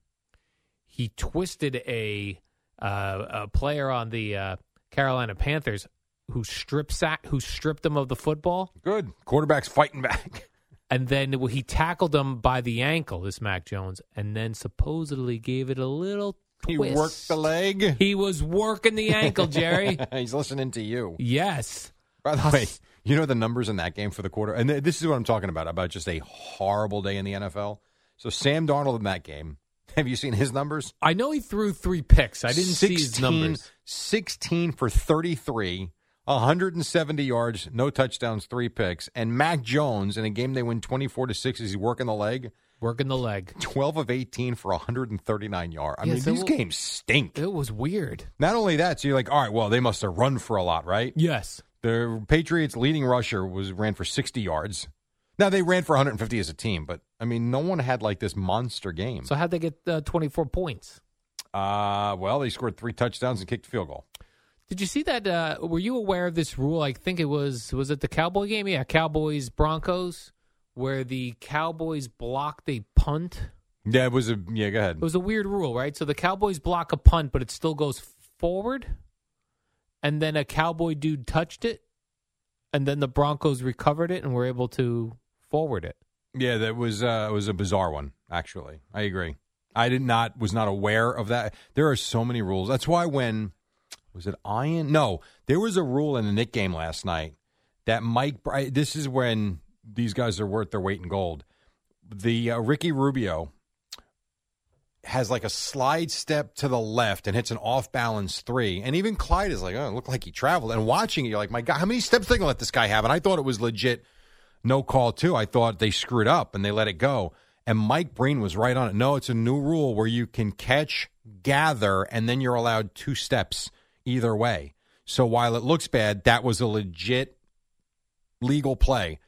Speaker 2: he twisted a uh, a player on the uh, Carolina Panthers who strip sack, who stripped him of the football.
Speaker 1: good. Quarterbacks fighting back.
Speaker 2: And then well, he tackled him by the ankle, this Mac Jones, and then supposedly gave it a little
Speaker 1: He
Speaker 2: twist.
Speaker 1: worked the leg.
Speaker 2: He was working the ankle, Jerry.
Speaker 1: He's listening to you.
Speaker 2: yes.
Speaker 1: By the way, you know the numbers in that game for the quarter, and th- this is what I'm talking about about just a horrible day in the NFL. So Sam Darnold in that game Have you seen his numbers?
Speaker 2: I know he threw three picks. I didn't see his numbers.
Speaker 1: 16 for 33, 170 yards, no touchdowns, three picks. And Mac Jones, in a game they win 24 to 6, is he working the leg?
Speaker 2: Working the leg.
Speaker 1: 12 of 18 for 139 yards. I
Speaker 2: Yeah,
Speaker 1: mean,
Speaker 2: so
Speaker 1: these
Speaker 2: we'll-
Speaker 1: games stink.
Speaker 2: It was weird.
Speaker 1: Not only that, so you're like, all right, well, they must have run for a lot, right?
Speaker 2: Yes.
Speaker 1: The Patriots' leading rusher was ran for 60 yards. Now they ran for 150 as a team, but I mean, no one had like this monster game.
Speaker 2: So how'd they get uh, 24 points?
Speaker 1: Uh, well, they scored three touchdowns and kicked a field goal.
Speaker 2: Did you see that? Uh, were you aware of this rule? I think it was was it the Cowboy game? Yeah, Cowboys Broncos, where the Cowboys blocked a punt.
Speaker 1: Yeah, it was a yeah. Go ahead.
Speaker 2: It was a weird rule, right? So the Cowboys block a punt, but it still goes forward, and then a Cowboy dude touched it, and then the Broncos recovered it and were able to forward it.
Speaker 1: yeah, that was uh, it was a bizarre one. Actually, I agree. I did not was not aware of that. There are so many rules. That's why when was it Ian? No, there was a rule in the Nick game last night that Mike. Bry- This is when these guys are worth their weight in gold. The uh, Ricky Rubio has like a slide step to the left and hits an off balance three. And even Clyde is like, oh, it looked like he traveled. And watching it, you're like, my God, how many steps they gonna let this guy have? And I thought it was legit no call too. I thought they screwed up and they let it go. And Mike Breen was right on it. No, it's a new rule where you can catch, gather, and then you're allowed two steps either way. So while it looks bad, that was a legit legal play.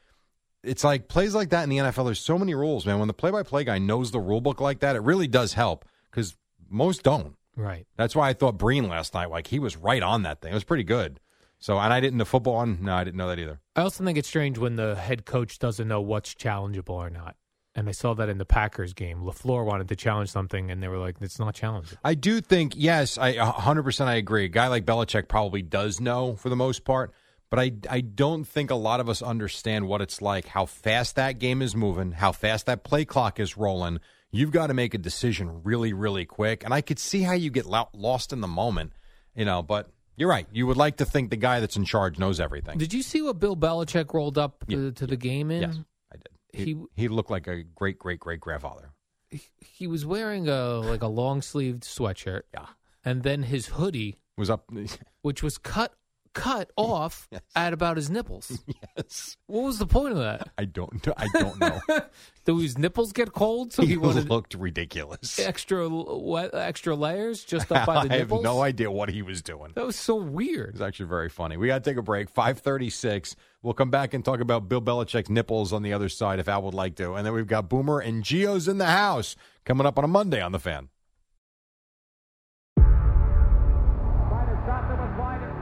Speaker 1: It's like plays like that in the NFL. There's so many rules, man. When the play-by-play guy knows the rule book like that, it really does help because most don't.
Speaker 2: Right.
Speaker 1: That's why I thought Breen last night, like he was right on that thing. It was pretty good. So, and I didn't the football on. No, I didn't know that either.
Speaker 2: I also think it's strange when the head coach doesn't know what's challengeable or not. And I saw that in the Packers game. LaFleur wanted to challenge something, and they were like, it's not challengeable.
Speaker 1: I do think yes, I 100% I agree. A guy like Belichick probably does know for the most part, but I I don't think a lot of us understand what it's like, how fast that game is moving, how fast that play clock is rolling. You've got to make a decision really really quick, and I could see how you get lo- lost in the moment, you know, but you're right. You would like to think the guy that's in charge knows everything.
Speaker 2: Did you see what Bill Belichick rolled up to, to the game in?
Speaker 1: Yes, I did. He,
Speaker 2: He-
Speaker 1: he looked like a great great great grandfather.
Speaker 2: He was wearing a like a long sleeved sweatshirt.
Speaker 1: Yeah.
Speaker 2: And then his hoodie,
Speaker 1: Was up
Speaker 2: which was cut cut off at about his nipples.
Speaker 1: yes.
Speaker 2: What was the point of that?
Speaker 1: I don't I don't know.
Speaker 2: Do his nipples get cold? So
Speaker 1: he
Speaker 2: he, wanted
Speaker 1: looked ridiculous.
Speaker 2: extra what, extra layers just up by the
Speaker 1: I
Speaker 2: nipples?
Speaker 1: have no idea what he was doing.
Speaker 2: That was so
Speaker 1: It
Speaker 2: weird.
Speaker 1: was actually very funny. We got to take a break. 536. We'll come back and talk about Bill Belichick's nipples on the other side if Al would like to. And then we've got Boomer and Geo's in the house coming up on a Monday on The Fan.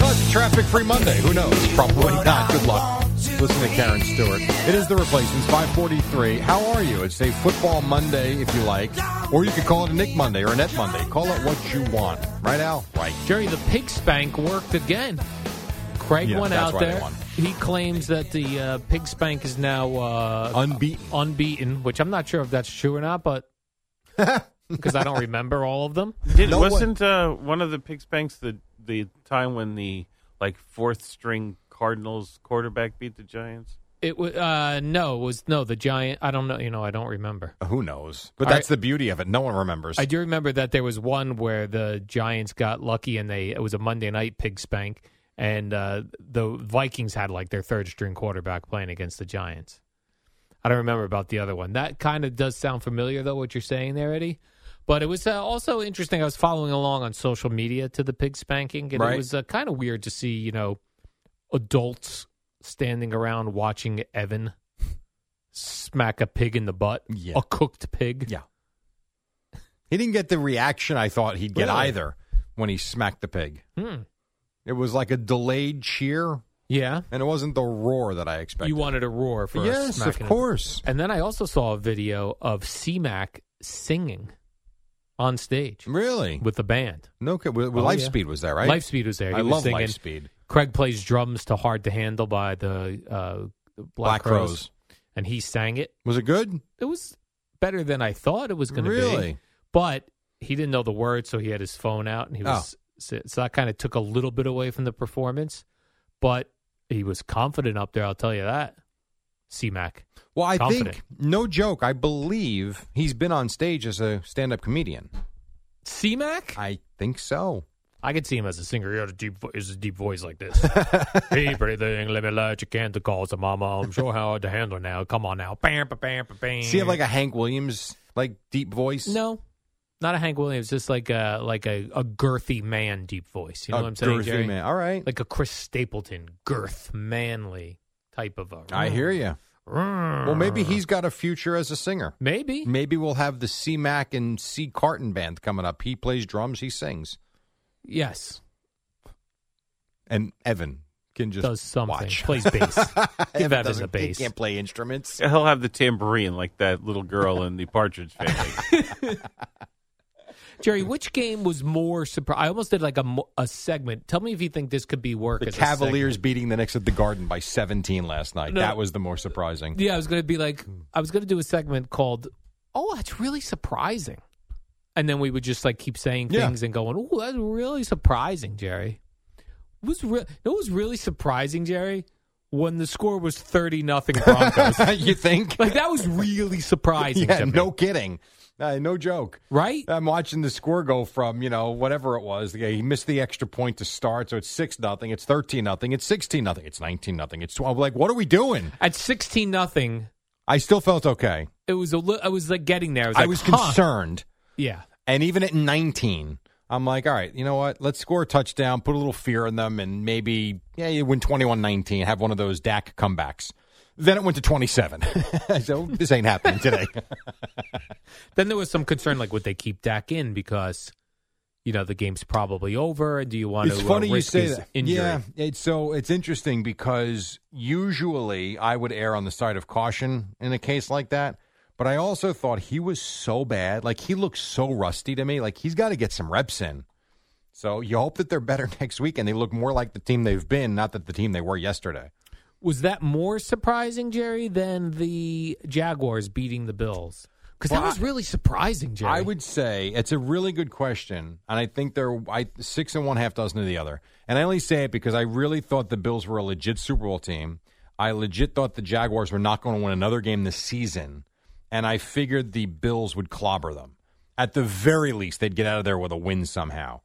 Speaker 1: Well, it's traffic free Monday. Who knows? Probably not. Good luck. Listen to Karen Stewart. It is the replacements, 543. How are you? It's a football Monday, if you like. Or you could call it a Nick Monday or a Net Monday. Call it what you want. Right, Al? Right.
Speaker 2: Jerry, the pig spank worked again. Craig
Speaker 1: Yeah,
Speaker 2: went
Speaker 1: that's
Speaker 2: out
Speaker 1: why they
Speaker 2: there.
Speaker 1: won.
Speaker 2: He claims that the uh, pig spank is now uh,
Speaker 1: Unbeaten.
Speaker 2: unbeaten, which I'm not sure if that's true or not, but because I don't remember all of them.
Speaker 7: Did,
Speaker 1: No one-
Speaker 7: wasn't uh, one of the pig's banks the the time when the like fourth string Cardinals quarterback beat the Giants?
Speaker 2: It was uh, no, it was no the giant. I don't know. You know, I don't remember.
Speaker 1: Who knows? But
Speaker 2: All
Speaker 1: that's
Speaker 2: right.
Speaker 1: the beauty of it. No one remembers.
Speaker 2: I do remember that there was one where the Giants got lucky and they it was a Monday night pig spank, and uh, the Vikings had like their third string quarterback playing against the Giants. I don't remember about the other one. That kind of does sound familiar though, what you're saying there, Eddie. But it was uh, also interesting. I was following along on social media to the pig spanking, and
Speaker 1: Right.
Speaker 2: it was uh, kind of weird to see you know adults standing around watching Evan smack a pig in the butt,
Speaker 1: Yeah.
Speaker 2: a cooked pig.
Speaker 1: Yeah. He didn't get the reaction I thought he'd get
Speaker 2: Really?
Speaker 1: either when he smacked the pig.
Speaker 2: Hmm.
Speaker 1: It was like a delayed cheer,
Speaker 2: Yeah.
Speaker 1: And it wasn't the roar that I expected.
Speaker 2: You wanted a roar for us
Speaker 1: Yes, of
Speaker 2: smacking it.
Speaker 1: course.
Speaker 2: And then I also saw a video of CMAC singing on stage
Speaker 1: Really?
Speaker 2: with the band.
Speaker 1: No, kid- well,
Speaker 2: Oh,
Speaker 1: Life
Speaker 2: yeah.
Speaker 1: Speed was there, right?
Speaker 2: Lifespeed was there. He
Speaker 1: I
Speaker 2: was
Speaker 1: love
Speaker 2: singing.
Speaker 1: Life Speed.
Speaker 2: Craig plays drums to Hard to Handle by the uh, Black,
Speaker 1: Black
Speaker 2: Crows.
Speaker 1: Crows.
Speaker 2: And he sang it.
Speaker 1: Was it good?
Speaker 2: It was better than I thought it was going to
Speaker 1: Really?
Speaker 2: be. But he didn't know the words, so he had his phone out and he
Speaker 1: Oh.
Speaker 2: was. So, so that kind of took a little bit away from the performance. But he was confident up there, I'll tell you that. CMAC.
Speaker 1: Well, I
Speaker 2: Confident.
Speaker 1: think no joke. I believe he's been on stage as a stand-up comedian.
Speaker 2: CMAC?
Speaker 1: I think so.
Speaker 2: I could see him as a singer. He had a deep, vo- is a deep voice like this. hey, pretty thing, let me light your candle calls to mama. I'm sure how to handle now. Come on now. Bam, ba, bam, ba, bam.
Speaker 1: Does he have like a Hank Williams like deep voice?
Speaker 2: No, not a Hank Williams. Just like a like a, a girthy man deep voice. You know
Speaker 1: A
Speaker 2: what I'm saying,
Speaker 1: girthy
Speaker 2: Jerry?
Speaker 1: man. All right.
Speaker 2: Like a Chris Stapleton, girth, manly type of a.
Speaker 1: I hear you. Well, maybe he's got a future as a singer.
Speaker 2: Maybe.
Speaker 1: Maybe we'll have the C Mac and C Carton band coming up. He plays drums, he sings,
Speaker 2: Yes.
Speaker 1: and Evan can just
Speaker 2: Does something.
Speaker 1: watch.
Speaker 2: Plays bass. Give
Speaker 1: Evan
Speaker 2: Evan the
Speaker 1: doesn't- he
Speaker 2: bass.
Speaker 1: can't play instruments.
Speaker 7: He'll have the tambourine like that little girl in the Partridge Family.
Speaker 2: Jerry, which game was more surprised? I almost did like a, mo- a segment. Tell me if you think this could be work.
Speaker 1: The
Speaker 2: as a segment.
Speaker 1: Cavaliers beating the Knicks at the Garden by 17 last night.
Speaker 2: No.
Speaker 1: That was the more surprising.
Speaker 2: Yeah, I was going to be like, I was going to do a segment called, "Oh, that's really surprising," and then we would just like keep saying
Speaker 1: Yeah.
Speaker 2: things and going, "Oh, that's really surprising, Jerry." It was re- it was really surprising, Jerry, when the score was thirty nothing Broncos.
Speaker 1: you think?
Speaker 2: like that was really surprising.
Speaker 1: yeah,
Speaker 2: to me.
Speaker 1: no kidding. Uh, no joke.
Speaker 2: right?
Speaker 1: I'm watching the score go from you know whatever it was. The guy- He missed the extra point to start, so it's six nothing. It's thirteen nothing. It's sixteen nothing. It's nineteen nothing. It's twelve. Like, what are we doing?
Speaker 2: At sixteen nothing,
Speaker 1: I still felt okay.
Speaker 2: it was a li- I was like getting there. I was,
Speaker 1: I
Speaker 2: like,
Speaker 1: was
Speaker 2: huh.
Speaker 1: concerned,
Speaker 2: Yeah,
Speaker 1: and even at nineteen, I'm like, all right, you know what? Let's score a touchdown, put a little fear in them, and maybe yeah, you win 21-19, Have one of those Dak comebacks. Then it went to twenty seven. so this ain't happening today.
Speaker 2: Then there was some concern, like, would they keep Dak in because, you know, the game's probably over, and do you want
Speaker 1: it's
Speaker 2: to
Speaker 1: funny
Speaker 2: uh,
Speaker 1: you
Speaker 2: risk
Speaker 1: say
Speaker 2: his
Speaker 1: that.
Speaker 2: injury?
Speaker 1: Yeah, it's so it's interesting because usually I would err on the side of caution in a case like that, but I also thought he was so bad, like he looks so rusty to me, like he's got to get some reps in. So you hope that they're better next week and they look more like the team they've been, not that the team they were yesterday.
Speaker 2: Was that more surprising, Jerry, than the Jaguars beating the Bills? Because that
Speaker 1: Well,
Speaker 2: was
Speaker 1: I-
Speaker 2: really surprising, Jerry.
Speaker 1: I would say it's a really good question, and I think they're I, six and one half dozen of the other. And I only say it because I really thought the Bills were a legit Super Bowl team. I legit thought the Jaguars were not going to win another game this season, and I figured the Bills would clobber them. At the very least, they'd get out of there with a win somehow.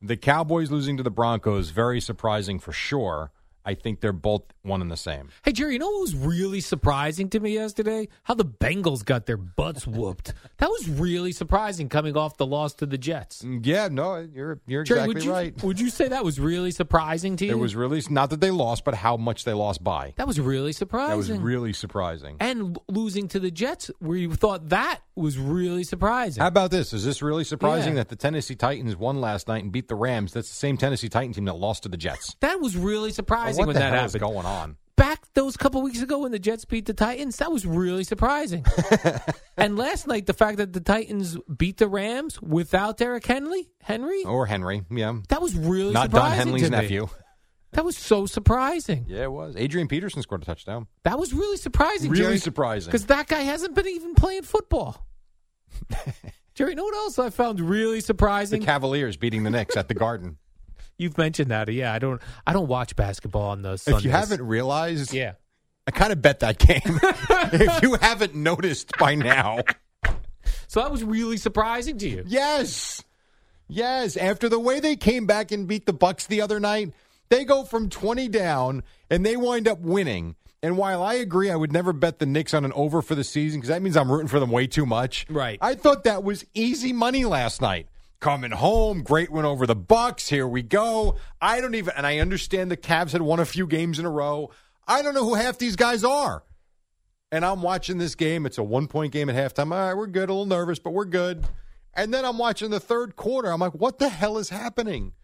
Speaker 1: The Cowboys losing to the Broncos very surprising for sure. I think they're both one and the same.
Speaker 2: Hey, Jerry, you know what was really surprising to me yesterday? How the Bengals got their butts whooped. that was really surprising coming off the loss to the Jets.
Speaker 1: Yeah, no, you're you're
Speaker 2: Jerry,
Speaker 1: exactly
Speaker 2: would you,
Speaker 1: right.
Speaker 2: would you say that was really surprising to you?
Speaker 1: It was really not that they lost, but how much they lost by.
Speaker 2: That was really surprising.
Speaker 1: That was really surprising.
Speaker 2: and l- losing to the Jets, where you thought that was really surprising.
Speaker 1: How about this? Is this really surprising
Speaker 2: Yeah.
Speaker 1: that the Tennessee Titans won last night and beat the Rams? That's the same Tennessee Titan team that lost to the Jets.
Speaker 2: that was really surprising
Speaker 1: what
Speaker 2: when
Speaker 1: the
Speaker 2: that
Speaker 1: hell
Speaker 2: happened.
Speaker 1: is going on?
Speaker 2: Back those couple weeks ago when the Jets beat the Titans, that was really surprising. and last night, the fact that the Titans beat the Rams without Derrick Henry, Henry,
Speaker 1: Or Henry, yeah.
Speaker 2: that was really
Speaker 1: Oh. Not Don
Speaker 2: surprising
Speaker 1: Henley's
Speaker 2: to me.
Speaker 1: nephew.
Speaker 2: That was so surprising.
Speaker 1: Yeah, it was. Adrian Peterson scored a touchdown.
Speaker 2: That was really surprising.
Speaker 1: Really surprising.
Speaker 2: because that guy hasn't been even playing football. Jerry, you know what else I found really
Speaker 1: The
Speaker 2: surprising?
Speaker 1: Cavaliers beating the Knicks at the Garden.
Speaker 2: You've mentioned that, yeah. I don't, I don't watch basketball on those.
Speaker 1: If
Speaker 2: Sundays.
Speaker 1: you haven't realized,
Speaker 2: yeah.
Speaker 1: I kind of bet that game. if you haven't noticed by now,
Speaker 2: So that was really surprising to you.
Speaker 1: yes, yes. After the way they came back and beat the Bucks the other night, they go from twenty down and they wind up winning. And while I agree, I would never bet the Knicks on an over for the season because that means I'm rooting for them way too much.
Speaker 2: Right.
Speaker 1: I thought that was easy money last night. Coming home, great win over the Bucks. Here we go. I don't even, and I understand the Cavs had won a few games in a row. I don't know who half these guys are. And I'm watching this game. It's a one point game at halftime. All right, we're good. A little nervous, but we're good. And then I'm watching the third quarter. I'm like, what the hell is happening?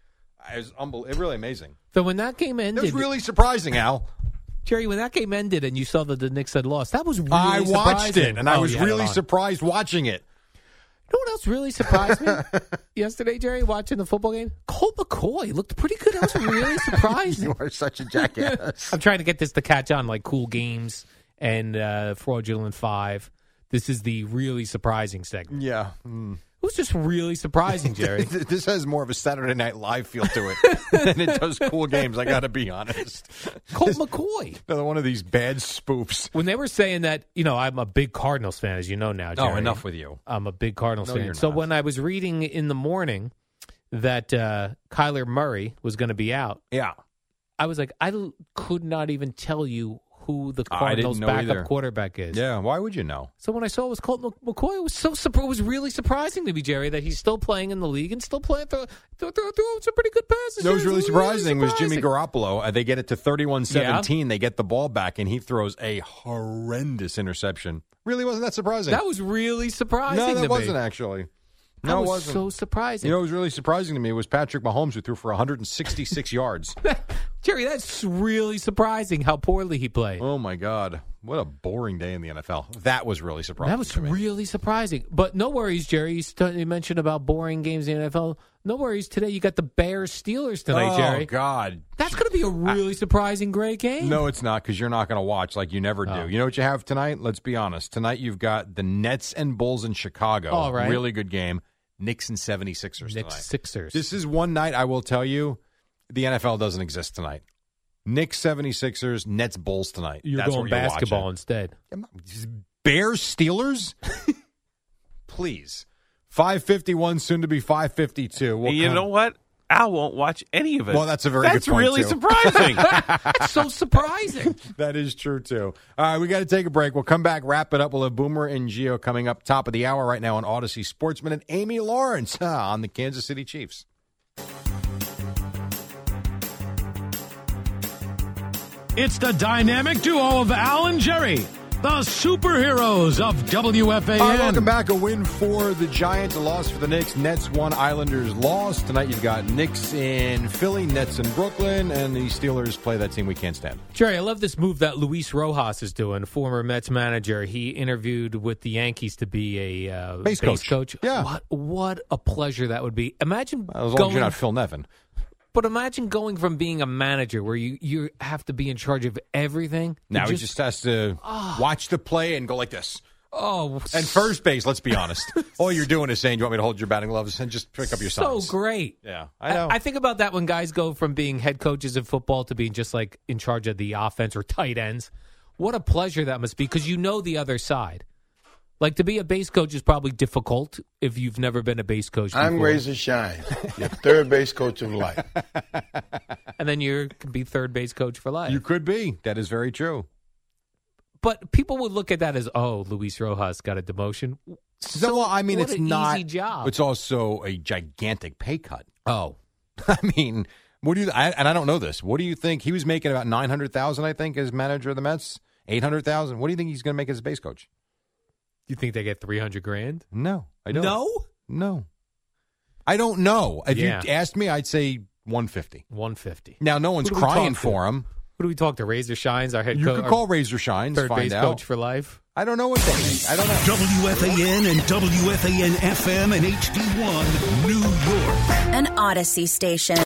Speaker 1: It was unbel- really amazing.
Speaker 2: So when that game
Speaker 1: It
Speaker 2: ended,
Speaker 1: was really surprising, Al.
Speaker 2: Jerry, when that game ended and you saw that the Knicks had lost, that was really
Speaker 1: I watched
Speaker 2: surprising.
Speaker 1: it, and I
Speaker 2: Oh,
Speaker 1: was
Speaker 2: you had it
Speaker 1: really
Speaker 2: on.
Speaker 1: surprised watching it.
Speaker 2: You know what else really surprised me yesterday, Jerry, watching the football game? Colt McCoy looked pretty good. I was really surprised.
Speaker 1: You are such a jackass.
Speaker 2: I'm trying to get this to catch on, like Cool Games and uh, Fraudulent Five. This is the really surprising segment.
Speaker 1: yeah. Mm.
Speaker 2: It was just really surprising, Jerry.
Speaker 1: this has more of a Saturday Night Live feel to it than it does cool games. I got to be honest.
Speaker 2: Colt McCoy.
Speaker 1: Another one of these bad spoofs.
Speaker 2: When they were saying that, you know, I'm a big Cardinals fan, as you know now, Jerry.
Speaker 1: No, Oh, enough with you.
Speaker 2: I'm a big Cardinals
Speaker 1: No,
Speaker 2: fan.
Speaker 1: you're
Speaker 2: So
Speaker 1: not.
Speaker 2: when I was reading in the morning that uh, Kyler Murray was going to be out,
Speaker 1: Yeah.
Speaker 2: I was like, I l- could not even tell you who the
Speaker 1: I didn't
Speaker 2: Cardinals'
Speaker 1: know
Speaker 2: backup
Speaker 1: either.
Speaker 2: quarterback is.
Speaker 1: Yeah. Why would you know?
Speaker 2: So when I saw it was Colt Mc- McCoy, it was so surpri- it was really surprising to me, Jerry, that he's still playing in the league and still playing throw, throw, throw, throwing some pretty good passes.
Speaker 1: That was
Speaker 2: Jerry.
Speaker 1: really
Speaker 2: It's
Speaker 1: surprising was Jimmy
Speaker 2: surprising.
Speaker 1: Garoppolo. Uh, they get it to 31-17. They get the ball back, and he throws a horrendous interception. Really wasn't that surprising.
Speaker 2: That was really surprising.
Speaker 1: no,
Speaker 2: to
Speaker 1: that
Speaker 2: me.
Speaker 1: wasn't actually.
Speaker 2: That
Speaker 1: No, it
Speaker 2: was
Speaker 1: wasn't.
Speaker 2: so surprising.
Speaker 1: You know, what was really surprising to me was Patrick Mahomes, who threw for 166 yards.
Speaker 2: Jerry, that's really surprising how poorly he played.
Speaker 1: Oh my God! What a boring day in the NFL. That was really surprising.
Speaker 2: That was
Speaker 1: to me.
Speaker 2: really surprising. But no worries, Jerry. You, st- you mentioned about boring games in the NFL. No worries. Today you got the Bears Steelers tonight,
Speaker 1: oh,
Speaker 2: Jerry.
Speaker 1: God!
Speaker 2: That's going to be a really surprising great game.
Speaker 1: No, it's not because you're not going to watch like you never do.
Speaker 2: Oh.
Speaker 1: You know what you have tonight? Let's be honest. Tonight you've got the Nets and Bulls in Chicago.
Speaker 2: All right.
Speaker 1: Really good game. Knicks and 76ers
Speaker 2: Knicks
Speaker 1: tonight.
Speaker 2: Sixers.
Speaker 1: This is one night I will tell you the NFL doesn't exist tonight. Knicks 76ers, Nets Bulls tonight.
Speaker 2: you're
Speaker 1: That's
Speaker 2: going
Speaker 1: what you're
Speaker 2: basketball
Speaker 1: watching.
Speaker 2: instead.
Speaker 1: I'm not- Bears Steelers? Please. 551, soon to be 552. We'll
Speaker 7: you
Speaker 1: come-
Speaker 7: know what? Al won't watch any of it.
Speaker 1: Well, that's a very good
Speaker 7: that's
Speaker 1: point,
Speaker 7: really
Speaker 1: too.
Speaker 7: surprising.
Speaker 2: That's so surprising.
Speaker 1: That is true too. All right, we got to take a break. We'll come back, wrap it up. We'll have Boomer and Geo coming up top of the hour right now on Odyssey Sportsman and Amy Lawrence huh, on the Kansas City Chiefs.
Speaker 5: It's the dynamic duo of Al and Jerry, the superheroes of WFAN.
Speaker 1: All right, welcome back. A win for the Giants, a loss for the Knicks. Nets won, Islanders lost. Tonight you've got Knicks in Philly, Nets in Brooklyn, and the Steelers play that team we can't stand.
Speaker 2: Jerry, I love this move that Luis Rojas is doing, former Mets manager. He interviewed with the Yankees to be a uh,
Speaker 1: Base coach. Yeah.
Speaker 2: What, what a pleasure that would be. Imagine
Speaker 1: As long as
Speaker 2: going
Speaker 1: you're not Phil Nevin.
Speaker 2: But imagine going from being a manager where you, you have to be in charge of everything. to
Speaker 1: Now he just has to
Speaker 2: Ah.
Speaker 1: watch the play and go like this.
Speaker 2: oh,
Speaker 1: And first base, let's be honest. All you're doing is saying, "Do you want me to hold your batting gloves and just pick up your
Speaker 2: so
Speaker 1: signs?"
Speaker 2: great.
Speaker 1: Yeah, I know.
Speaker 2: I, think about that when guys go from being head coaches in football to being just like in charge of the offense or tight ends. What a pleasure that must be because you know the other side. Like to be a base coach is probably difficult if you've never been a base coach.
Speaker 9: I'm
Speaker 2: before.
Speaker 9: Razor Shine, your third base coach of life.
Speaker 2: and then you can be third base coach for life.
Speaker 1: You could be. That is very true.
Speaker 2: but people would look at that as, oh, Luis Rojas got a demotion.
Speaker 1: So, well, I mean,
Speaker 2: what
Speaker 1: it's
Speaker 2: an
Speaker 1: not.
Speaker 2: easy job.
Speaker 1: It's also a gigantic pay cut.
Speaker 2: Oh,
Speaker 1: I mean, what do you? I, and I don't know this. What do you think he was making? About nine hundred thousand, I think, as manager of the Mets. Eight hundred thousand. What do you think he's going to make as a base coach?
Speaker 2: you think they get three hundred grand?
Speaker 1: No, I don't.
Speaker 2: No,
Speaker 1: no, I don't know. If
Speaker 2: Yeah.
Speaker 1: you asked me, I'd say one fifty.
Speaker 2: one fifty.
Speaker 1: Now, no one's
Speaker 2: Who do we talk
Speaker 1: crying
Speaker 2: to?
Speaker 1: for him.
Speaker 2: Who do we talk to? Razor Shines, our head
Speaker 1: You
Speaker 2: coach,
Speaker 1: could call Razor Shines.
Speaker 2: third
Speaker 1: Find
Speaker 2: base
Speaker 1: out.
Speaker 2: coach for life.
Speaker 1: I don't know what they think. I don't know.
Speaker 10: WFAN and WFAN FM and HD1 New York.
Speaker 11: An Odyssey station.